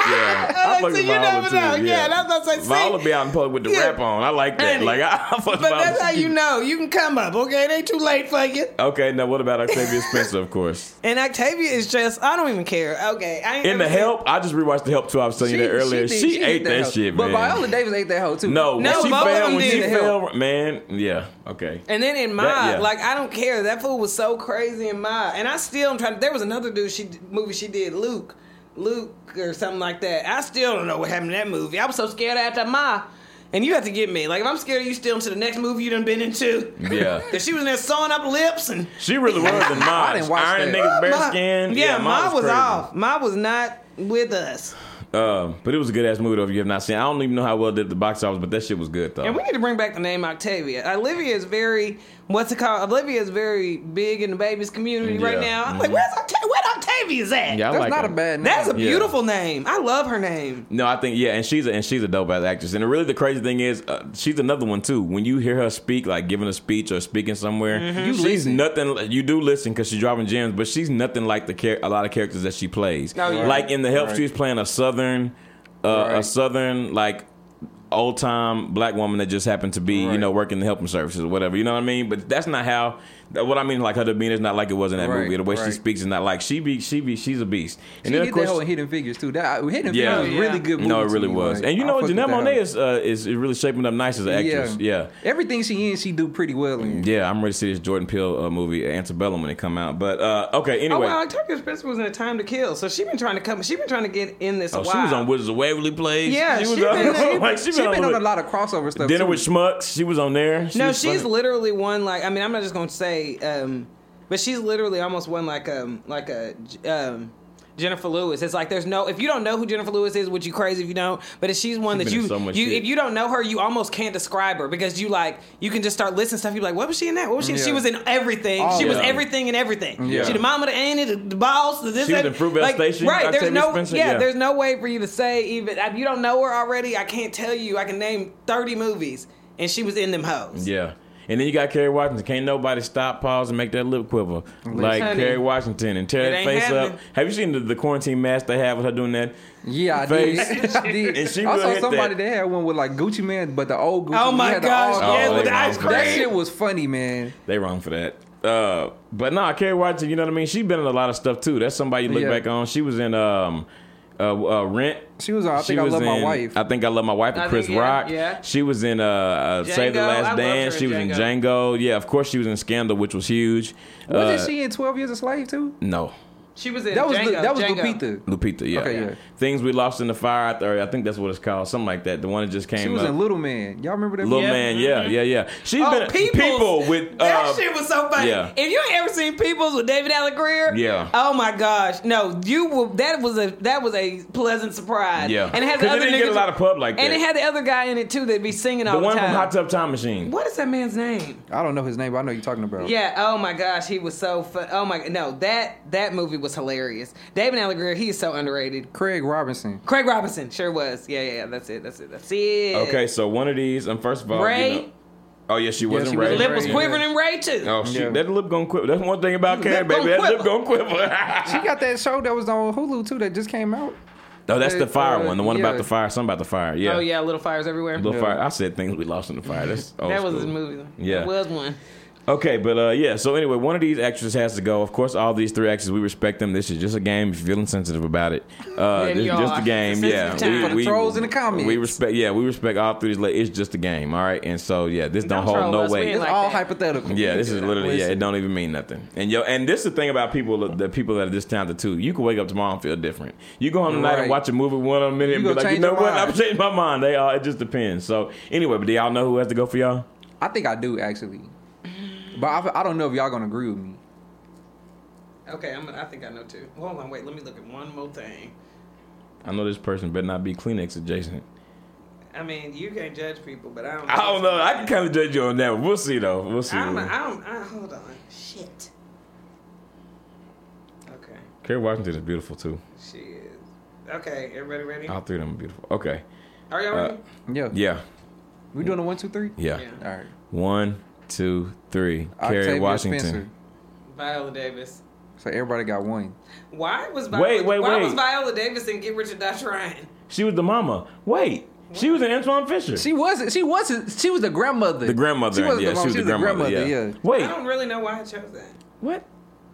(laughs) Yeah, I like, fuck so with you Viola, never too, know. Yeah, that's what I'm saying. See- Viola be out in public with the Yeah. rap on. I like that. Honey. Like (laughs) I, I fuck with But Viola. that's how She you keep- know. You can come up, okay? It ain't too late for you. Okay, now what about Octavia Spencer? Of course. And Octavia is just, I don't even care. Okay. I ain't In the never seen- help, I just rewatched the help too. I was telling you that earlier. She, did- did ate that, hoe. shit, But man. Viola Davis ate that hoe too. no, No, when she both of fell, them when she did. fell, man, yeah, okay. And (laughs) then in Mob, That- yeah. like I don't care. That fool was so crazy in Mob, and I still am trying. To, there was another dude she movie she did Luke, Luke or something like that. I still don't know what happened to that movie. I was so scared after Mob, and you have to get me. Like if I'm scared, of you still into the next movie you done been into. Yeah. Cause she was in there sewing up lips and She really was in Mom. didn't watch Iron that. niggas, bare Ma- skin. Yeah, Ma was, crazy. off. Ma was not with us. Um, but it was a good ass movie though. If you have not seen, it. I don't even know how well it did at the box office, but that shit was good though. And we need to bring back the name Octavia. Olivia is very what's it called? Olivia is very big in the babies community right Yeah. Mm-hmm. now. I'm like, where's Octavia? Where Octavia's at? yeah, I that's like not her. a bad name. That's a Yeah. beautiful name. I love her name. No, I think yeah, and she's a, and she's a dope ass actress. And really, the crazy thing is, uh, she's another one too. When you hear her speak, like giving a speech or speaking somewhere, she's listen. nothing. You do listen because she's dropping gems, but she's nothing like the char- a lot of characters that she plays. Oh, yeah. Like in the help, Right. she's playing a southern, uh, a Right. southern like. Old time black woman that just happened to be, you Right. know, working the helping services or whatever. You know what I mean? But that's not how. That, what I mean, like her demeanor is not like it was in that Right, movie. The way she right. speaks is not like she be, she be, she's a beast. And She did that whole in Hidden Figures too. That Hidden Yeah. Figures Yeah. was really good. Movie No, it to really me, was. like, and you I know, fucked with Janelle that hoe. Monae is, uh, is is really shaping up nice as an actress. Yeah. yeah. Everything she in, she do pretty well in. I'm ready to see this Jordan Peele uh, movie, Antebellum, when it come out. But uh, okay, Oh anyway, wow, Octavia Spencer was in a Time to Kill, so she been trying to come. She been trying to get in this. a oh, while. she was on Wizards of Waverly Place. Yeah, she was she on, (laughs) been- like, she She been on, been on a lot of crossover stuff. Dinner too. with Schmucks. She was on there. She no, was she's funny. literally won like I mean I'm not just gonna say, um, but she's literally almost won like um like a um, Jennifer Lewis. It's like there's no if you don't know who Jennifer Lewis is, would you crazy if you don't? But if she's one She's that been in you so much you shit. if you don't know her, you almost can't describe her because you like you can just start listening to stuff. You're like, what was she in that? What was she? in? Yeah. She was in everything. All she was of it. everything and everything. Yeah. She the mama, the auntie, the, the boss. The this, She was that. in Fruitvale like, Station, Right? There's Octavia no Spencer, yeah, yeah. There's no way for you to say even if you don't know her already. I can't tell you. I can name 30 movies. And she was in them hoes. Yeah. And then you got Kerry Washington. Can't nobody stop, pause, and make that lip quiver like Honey. Kerry Washington and tear It that ain't face up. happening. Have you seen the, the quarantine mask they have with her doing that? Yeah, I Face. did. (laughs) I did. And she I really saw hit somebody that. that. had one with like Gucci Man, but the old Gucci. Oh he my had the gosh! all- yes, Oh, with they the ice wrong. cream. That shit was funny, man. They wrong for that. Uh, but nah, Carrie Washington, you know what I mean? She's been in a lot of stuff too. That's somebody you look Yeah. back on. She was in um uh, uh Rent. She was on I She Think I was Love My in Wife. I think I love my wife I with think, Chris yeah, Rock. yeah. She was in uh, uh Save the Django. I Last loved her Dance. in She was in Django. Django. Yeah, of course she was in Scandal, which was huge. Wasn't Uh, she in Twelve Years a Slave too? No. She was in That was Django. that was Django. Lupita. Lupita, yeah. Okay, yeah. Things We Lost in the Fire, I, th- I think that's what it's called, something like that. The one that just came She was up. in Little Man. Y'all remember that? Little movie? Man, yeah, yeah, yeah. She's mm-hmm. Oh, been Peoples. people with that uh, shit was so funny. yeah. If you ain't ever seen Peoples with David Allen Greer, Yeah. Oh my gosh, no, you will. That was a that was a pleasant surprise. Yeah. and it 'Cause had the it other didn't get niggas- a lot of pub like and that. it had the other guy in it too that'd be singing all the the, one time. from Hot Tub Time Machine. what is that man's name? I don't know his name, but I know you're talking about. Yeah. Oh my gosh, he was so fun. Oh my no, that that movie was hilarious. David Allen Greer, he is so underrated. Craig Robinson. Craig Robinson sure was. Yeah, yeah, yeah. That's it. That's it. That's it. Okay, so one of these, and first of all, you Ray. know- Oh yeah, she wasn't she right. wasn't Lip was Yeah. quivering and Ray too. Oh shoot, Yeah. that lip gonna quiver. That's one thing about Karen, Lip gonna baby. That lip quiver. gonna quiver. She got that show that was on Hulu too that just came out. no, that's the fire Uh, one. The one about yeah. the fire. Something about the fire. Yeah. Oh yeah, little fires everywhere. Little Yeah. fire. I said things we lost in the fire. That's (laughs) old that was school. his movie. Yeah. it was one. Okay, but uh, yeah. So anyway, one of these extras has to go. Of course, all these three extras, we respect them. This is just a game. If you're feeling sensitive about it, uh, Then this is you just are. a game. Sensitive yeah, time. For the trolls in the comments. We respect. Yeah, we respect all three. la- It's just a game. All right, and so yeah, this don't, Don't troll hold no us. We weight. ain't It's like all that. hypothetical. Yeah, this is literally yeah. It don't even mean nothing. And yo, and this is the thing about people, the people that are this talented too. You can wake up tomorrow and feel different. You go home tonight Right. and watch a movie one of them minute and You be gonna like, you change know your what? mind. I've changed my mind. They all. It just depends. So anyway, but do y'all know who has to go for y'all? I think I do actually, but I, I don't know if y'all gonna agree with me. Okay, I'm, I think I know too. Hold on, wait. Let me look at one more thing. I know this person better not be Kleenex adjacent. I mean, you can't judge people, but I don't. I don't know. I can kind of judge you on that. one. We'll see though. We'll see. I'm, I'm, I, hold on. Shit. Okay, Kerry Washington is beautiful too. she is. Okay, everybody ready? All three of them are beautiful. Okay. Are y'all ready? Yeah, Yeah. we doing a one, two, three. uh, Yeah. Yeah. All right, One, two, three. Kerry Octavia Washington. Spencer. Viola Davis. So everybody got one. Why was Viola, Wait, wait, why wait. was Viola Davis in Get Rich or Die Trying? She was the mama. Wait. She was an Antoine Fisher. She wasn't. She wasn't. She was the grandmother. the grandmother. She wasn't yeah, the mom. she was the grandmother. yeah. I Wait. don't really know why I chose that. What?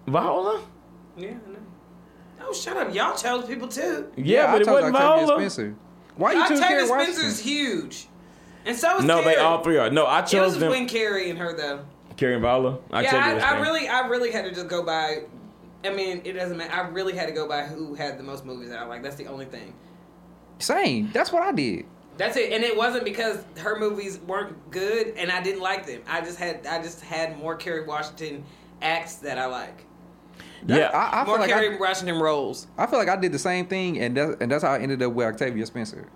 Viola? Yeah, I know. Oh, shut up! Y'all chose people too. Yeah, I but it told wasn't Octavia Viola. Spencer. Why you choose Octavia Kerry Spencer's Washington? huge, and so is No, Carrie. they all three are. No, I It chose was them. between Carrie and her though. Carrie and Viola. Octavia yeah, I, I Spencer. really, I really had to just go by. I mean, it doesn't matter. I really had to go by who had the most movies out. Like that's the only thing. Same. That's what I did. That's it. And it wasn't because her movies weren't good and I didn't like them. I just had, I just had more Kerry Washington acts that I like. Yeah. I, I more feel like Kerry I, Washington roles. I feel like I did the same thing, and that's and that's how I ended up with Octavia Spencer.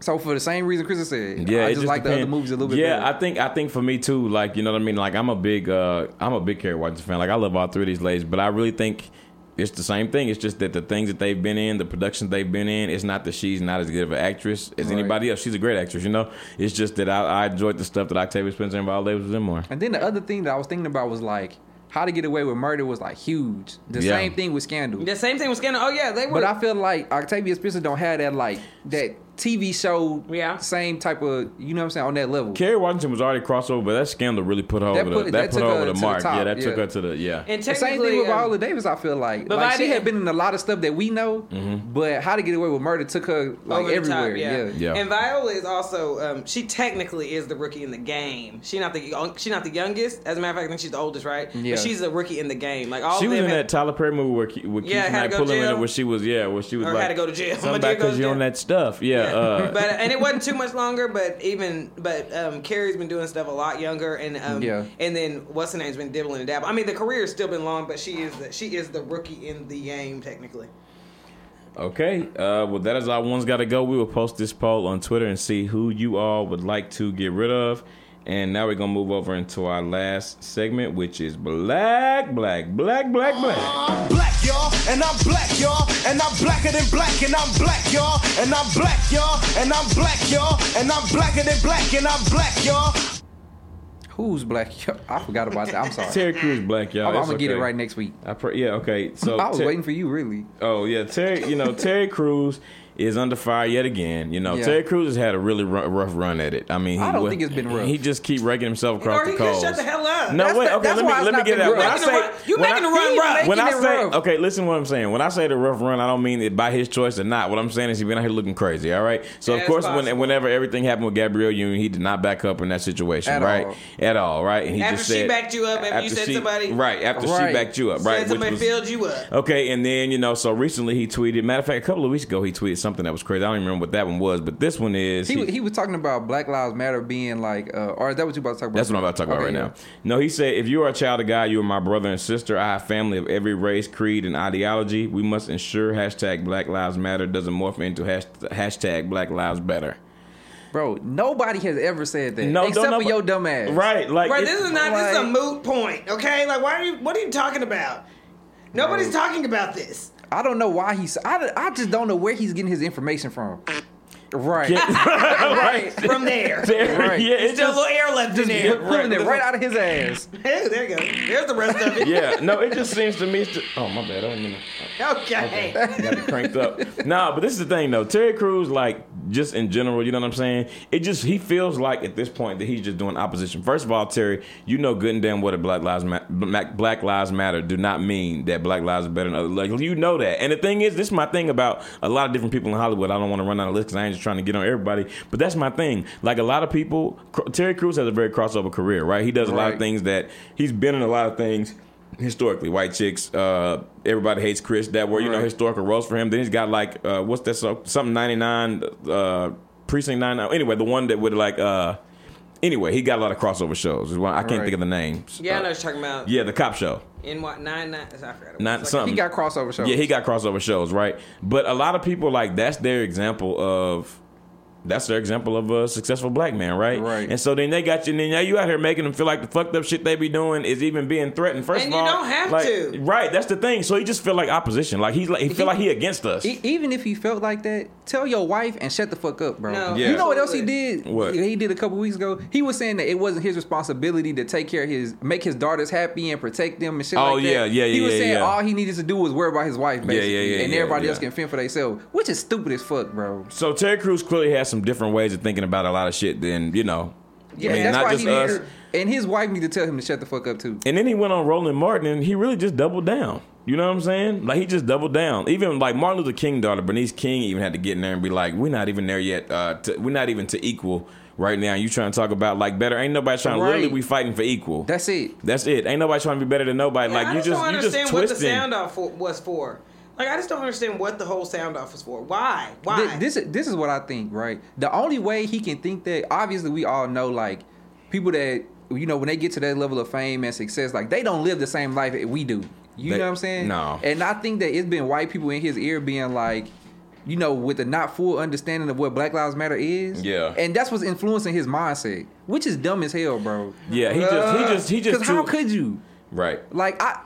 So for the same reason Chris said, Yeah, I it just, like the other depend- movies a little bit. Yeah, better. I think I think for me too. Like you know what I mean. Like I'm a big uh I'm a big Kerry Washington fan. Like I love all three of these ladies, but I really think it's the same thing. It's just that the things that they've been in, the productions they've been in, it's not that she's not as good of an actress as Right. anybody else. She's a great actress, you know. It's just that I, I enjoyed the stuff that Octavia Spencer and Viola Davis was in more. And then the other thing that I was thinking about was like how to get away with murder was like huge. The Yeah. same thing with Scandal. The same thing with Scandal. Oh yeah, they were. But I feel like Octavia Spencer don't have that like that TV show Yeah. same type of you know what I'm saying on that level. Kerry Washington was already crossover, but that scandal really put her That over the put- that that put her took her over to the the mark. top, yeah, that took yeah. her to the yeah. and The technically, same thing with um, Viola Davis. I feel like but like I she didn't- had been in a lot of stuff that we know, but How to Get Away with Murder took her like over the top, everywhere. yeah. Mm-hmm. Yeah. And Viola is also um, she technically is the rookie in the game. She not the young- she not the youngest. As a matter of fact, I think she's the oldest, right? Yeah. But she's a rookie in the game. Like all She of was them in had- that Tyler Perry movie where Ke- with Yeah, Keith had to Knight go Pulling in jail. it, where she was yeah, where she was Or had like to go to jail. (laughs) My Something dear about goes because to you on jail. that stuff. Yeah, uh, (laughs) but and it wasn't (laughs) too much longer. But even but um, Carrie's been doing stuff a lot younger, and um, Yeah. and then what's her name's been dibbling and dabbling. I mean, the career's still been long, but she is the, she is the rookie in the game technically. Okay. Uh, well, that is our one's got to go. We will post this poll on Twitter and see who you all would like to get rid of. And now we're gonna move over into our last segment, which is black, black, black, black, black. I'm black, y'all, and I'm black, y'all, and I'm blacker than black, and I'm black, y'all, and I'm black, y'all, and I'm black, y'all, and I'm blacker than black, and I'm black, y'all. Who's black? (laughs) Yo, I forgot about that. I'm (laughs) sorry. Terry Crews, black, y'all. I'm, It's gonna get it okay. right next week. I pray. Yeah. Okay. So I was Ter- waiting for you, really. Oh yeah, Terry. You know Terry Crews is under fire yet again. You know Yeah. Terry Crews has had a really ru- rough run at it. I mean, he I don't wa- think it's been rough. He just keep raking himself across Or he the could coals. shut the hell up. No, That's wait. the- okay, that's let me why it's let me not get been that. When rough. I Making the say run- you when making I- the run he rough. When I Making it say rough. okay, listen to what I'm saying. When I say the rough run, I don't mean it by his choice or not. What I'm saying is he been out here looking crazy. All right. So Yeah, of it's course, when, possible. whenever everything happened with Gabrielle Union, he did not back up in that situation, At right? all. At all, right? And he After just she said- backed you up, after you said she- somebody- right after she Right. backed you up, right? Said which somebody was- filled you up. Okay, and then you know, so recently he tweeted. Matter of fact, a couple of weeks ago he tweeted something that was crazy. I don't even remember what that one was, but this one is. He, he- he was talking about Black Lives Matter being like, uh, or is that what you about to talk about? that's what I'm about to talk about right Okay, yeah. now. No, he said, if you are a child of God, you are my brother and sister. I have family of every race, creed, and ideology. We must ensure hashtag Black Lives Matter doesn't morph into hash- hashtag Black Lives Better. Bro, nobody has ever said that. except don't for nobody- your dumb ass. Right, like Bro, it- this (laughs) is (laughs) not this is a like- moot point. Okay, like why are you? What are you talking about? Nobody's Bro. talking about this. I don't know why he's. I, I just don't know where he's getting his information from. Right. (laughs) right. (laughs) From there. (laughs) There, Right. Yeah, It's it still a just little air left in there. You're pulling it right out of his ass. Hey, there you go. There's the rest of it. yeah, no, it just seems to me. It's just, oh my bad, I didn't mean. To, (laughs) I (laughs) Okay. got it cranked up. Nah, but this is the thing though. Terry Crews, like just in general, you know what I'm saying? It just he feels like at this point that he's just doing opposition. First of all, Terry, you know good and damn well that Black Lives Ma- Black Black Lives Matter do not mean that Black Lives are better than other. Like you know that. And the thing is, this is my thing about a lot of different people in Hollywood. I don't want to run out of list because I ain't just trying to get on everybody. But that's my thing. Like a lot of people, Cr- Terry Crews has a very crossover career, right? He does a lot of Right. things that he's been in a lot of things historically white chicks uh everybody hates chris that were you know Right. historical roles for him then he's got like uh what's that so something 99 uh precinct 99 anyway the one that would like uh anyway he got a lot of crossover shows is why i can't Right. think of the names Yeah, I know Uh, what you're talking about. yeah the cop show In what nine nine? I forgot. what it Nine- was. something. He got crossover shows. yeah he got crossover shows right but a lot of people like that's their example of that's their example of a successful black man, right? Right. And so then they got you, and then now you out here making them feel like the fucked up shit they be doing is even being threatened. First And of you all, don't have like- to. Right. That's the thing. So he just feel like opposition. Like he's like he feel like he against us. E- even if he felt like that, tell your wife and shut the fuck up, bro. No, Yeah. You know what else he did? What? he did a couple weeks ago? He was saying that it wasn't his responsibility to take care of his, make his daughters happy and protect them and shit. Oh, like that. yeah, yeah, He yeah, was yeah, saying yeah. all he needed to do was worry about his wife, yeah, basically, yeah, and yeah, everybody else yeah. can fend for themselves, which is stupid as fuck, bro. So Terry Crews clearly has some different ways of thinking about a lot of shit than you know. I mean, that's not why just he us. Needed, and his wife need to tell him to shut the fuck up too. And then he went on Roland Martin, and he really just doubled down. You know what I'm saying? Like he just doubled down. Even like Martin Luther King daughter Bernice King even had to get in there and be like, "We're not even there yet. Uh, to, we're not even to equal right now. You trying to talk about like better? Ain't nobody trying. Right. Literally, we fighting for equal. That's it. That's it. Ain't nobody trying to be better than nobody. Yeah, like I you just, just don't you understand just what the twisting. sound off for, was for. Like I just don't understand what the whole sound off was for. Why? Why? Th- This, this is what I think, right? The only way he can think that, obviously, we all know, like, people that, you know, when they get to that level of fame and success, like, they don't live the same life that we do. You They- know what I'm saying? no. And I think that it's been white people in his ear being like, you know, with the not full understanding of what Black Lives Matter is. Yeah. And that's what's influencing his mindset, which is dumb as hell, bro. Yeah, he just he just he just Because how too- could you? right. Like I,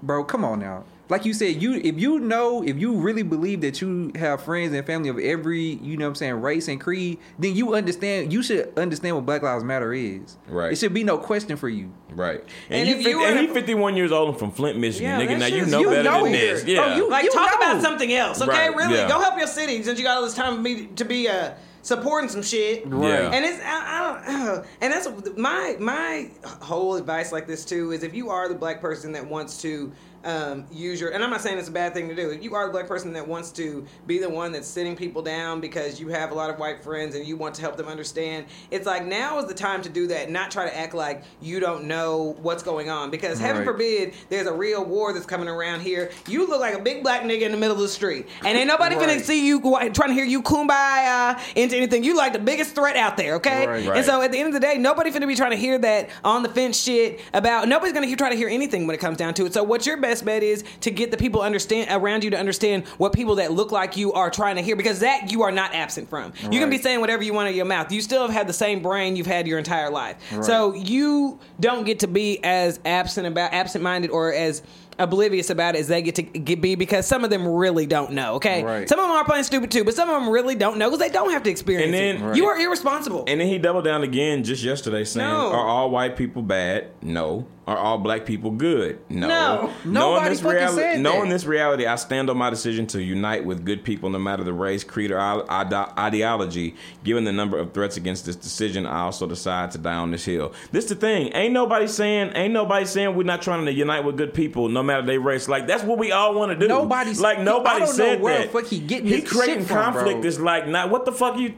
bro, come on now. Like you said, you if you know if you really believe that you have friends and family of every you know what I'm saying race and creed, then you understand you should understand what Black Lives Matter is. Right. It should be no question for you. Right, and, And you if 50, you were and to- he fifty one years old and from Flint, Michigan, Yeah, nigga. that Now shit you is- know you better know than it. Oh, this, Bro, yeah. you- like talk know. about something else, okay? Right, really, yeah. go help your city since you got all this time to be, to be uh, supporting some shit. Yeah. And it's I, I don't, (clears throat) and that's my my whole advice like this too is if you are the black person that wants to um, use your and I'm not saying it's a bad thing to do if you are the black person that wants to be the one that's sitting people down because you have a lot of white friends and you want to help them understand it's like now is the time to do that not try to act like you don't know what's going on because heaven Right. forbid there's a real war that's coming around here you look like a big black nigga in the middle of the street and ain't nobody gonna Right. see you trying to hear you kumbaya into anything you like the biggest threat out there okay okay? Right. And Right. so at the end of the day, nobody's gonna be trying to hear that on the fence shit about nobody's gonna hear, try to hear anything when it comes down to it. So what your best bet is to get the people understand around you to understand what people that look like you are trying to hear because that you are not absent from. You can Right. be saying whatever you want out of your mouth. You still have had the same brain you've had your entire life. So you don't get to be as absent about absent minded or as oblivious about it as they get to get be because some of them really don't know okay Right. some of them are playing stupid too but some of them really don't know because they don't have to experience And it then- Right. you are irresponsible Oh. And then he doubled down again just yesterday saying, No. Are all white people bad? No. Are all black people good? No. No. Nobody fucking reality, said Knowing that. this reality, I stand on my decision to unite with good people no matter the race, creed, or ide- ide- ideology. Given the number of threats against this decision, I also decide to die on this hill. This the thing. Ain't nobody saying, ain't nobody saying we're not trying to unite with good people no matter their race. Like, that's what we all want to do. Nobody's- like, nobody I don't know said where the that. fuck he getting He his shit creating from, bro. conflict is like, not what the fuck you.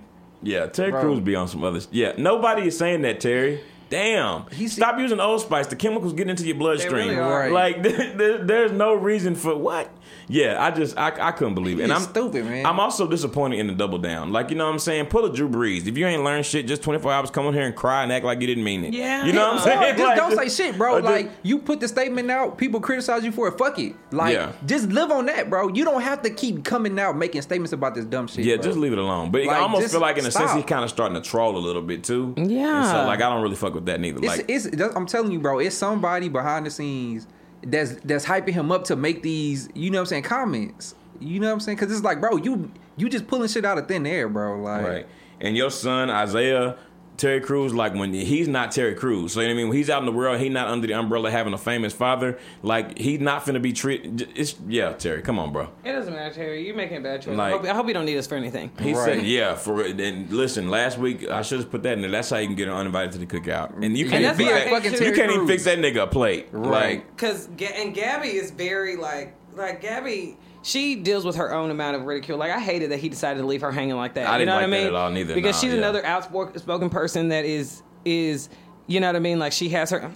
Yeah, Terry Bro. Crews be on some others. Yeah, nobody is saying that, Terry. Damn. He's- Stop using Old Spice. The chemicals get into your bloodstream. really are. Right. Like, (laughs) there- there- there's no reason for what? Yeah, I just, I, I couldn't believe it. And He's I'm stupid, man. I'm also disappointed in the double down. Like, you know what I'm saying? Pull a Drew Brees. If you ain't learned shit, just 24 hours, come on here and cry and act like you didn't mean it. Yeah. You know what I'm Bro, saying? (laughs) (laughs) just Like, don't say shit, bro. or just- like you put the statement out, people criticize you for it. Fuck it. Like Yeah. just live on that, bro. You don't have to keep coming out making statements about this dumb shit. Yeah, bro. just leave it alone. But I Like, almost just feel like in a sense stop. he's kind of starting to troll a little bit too. Yeah. And so like I don't really fuck with that neither. It's, Like it's that's, I'm telling you, bro. It's somebody behind the scenes that's that's hyping him up to make these, you know, what I'm saying, comments. You know what I'm saying? Because it's like, bro, you you just pulling shit out of thin air, bro. Like, Right. And your son Isaiah Terry Crews, like when he's not Terry Crews, so you know what I mean. When he's out in the world, he's not under the umbrella having a famous father. Like he's not finna be treated. It's yeah, Terry, come on, bro. It doesn't matter, Terry. You're making a bad choice. Like- I, hope, I hope you don't need us for anything. He Right. said, "Yeah, for it." And listen, last week I should have put that in there. That's how you can get uninvited to the cookout, and you can't that's be why I like- hate you Terry can't even Crews. fix that nigga a plate. Right. Like, Cause Ga- and Gabby is very like like Gabby. She deals with her own amount of ridicule. Like I hated that he decided to leave her hanging like that. I you didn't know like what I that at mean? all, neither, Because nah, she's yeah. another outspoken person that is is you know what I mean. Like she has her.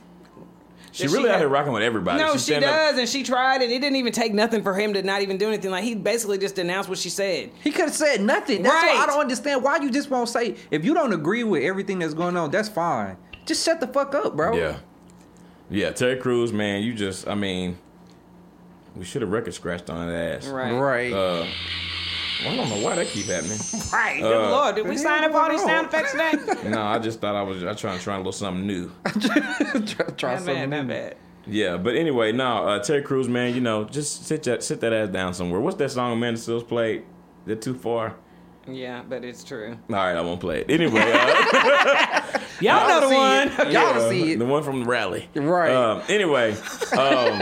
she Does really she out have- here rocking with everybody. No, She's she standing up- does, and she tried, and it didn't even take nothing for him to not even do anything. Like he basically just denounced what she said. He could have said nothing. That's why I Right. don't understand why you just won't say. If you don't agree with everything that's going on, that's fine. Just shut the fuck up, bro. Yeah. Yeah, Terry Crews, man, you just, I mean, we should have record scratched on his ass. Right. Right. Uh, well, I don't know why that keep happening. Right. Good lord, did we what sign the up all hell these going sound on? effects today? (laughs) no, I just thought I was I trying to try a little something new. (laughs) try try Not something bad, not new. bad. Yeah, but anyway, no, uh, Terry Crews, man, you know, just sit that sit that ass down somewhere. What's that song Amanda Stills played? Is it too far? Yeah, but it's true. All right, I won't play it. Anyway, uh, Y'all know the one. (laughs) see it. Y'all see the it. one from the rally. Right. Um, anyway, (laughs) um, all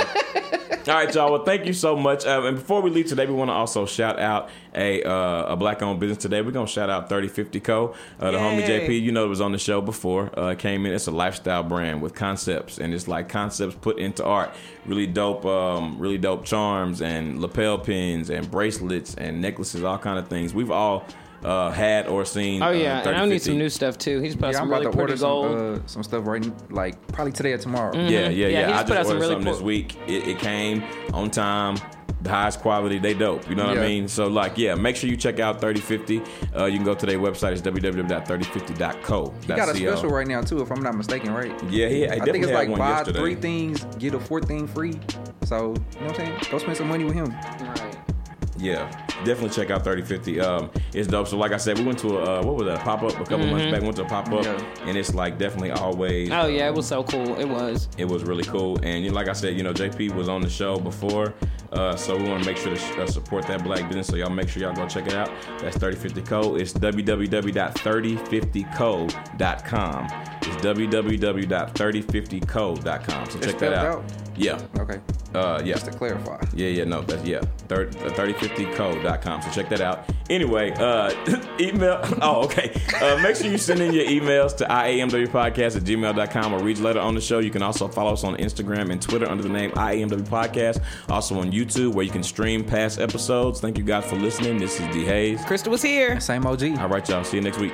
right, y'all. Well, thank you so much. Um, and before we leave today, we want to also shout out a uh, a black owned business today. We're gonna shout out Thirty Fifty Co. Uh, the homie Yay. JP, you know, was on the show before. Uh, came in. It's a lifestyle brand with concepts, and it's like concepts put into art. Really dope. Um, really dope charms and lapel pins and bracelets and necklaces, all kind of things. We've all. Uh, had or seen? Oh uh, yeah, and I need 3050. some new stuff too. He's put out Yeah, I'm some about really to order pretty gold. some, uh, some stuff right, n- like probably today or tomorrow. Yeah, yeah, Uh-huh. Yeah, yeah. I he just just put out ordered some really something this cool- week. It, it came on time. The highest quality, they dope. You know what I Yeah. mean? So, like, yeah, make sure you check out 3050. Uh, you can go to their website. It's www.3050.co. He got a special right now too, if I'm not mistaken, right? uh, Yeah, he, he I definitely think it's had like one buy yesterday. three things, get a fourth thing free. So you know what I'm saying? Go spend some money with him. Right. Yeah, definitely check out 3050. Um, it's dope. So, like I said, we went to a, uh, what was that, pop up a couple months back. Went to a pop up, Yeah. and it's like definitely always. Mm-hmm. Oh yeah, it was so cool. It was. it was really cool. And you know, like I said, you know, JP was on the show before, uh, so we want to make sure to sh- uh, support that black business. So y'all make sure y'all go check it out. That's 3050 Co. It's www.3050co.com. It's www.3050co.com. So check that spelled out. out? Yeah. Okay, Uh, yeah. just to clarify. Yeah, yeah, no, that's yeah. Thir- uh, 3050co.com. So check that out. Anyway, uh, (laughs) email. Oh, okay. Uh, make sure you send in your emails to iamwpodcast at gmail.com or read letter on the show. You can also follow us on Instagram and Twitter under the name IAMW Podcast. Also on YouTube where you can stream past episodes. Thank you guys for listening. This is D Hayes. Crystal was here. Same OG. All right, y'all. See you next week.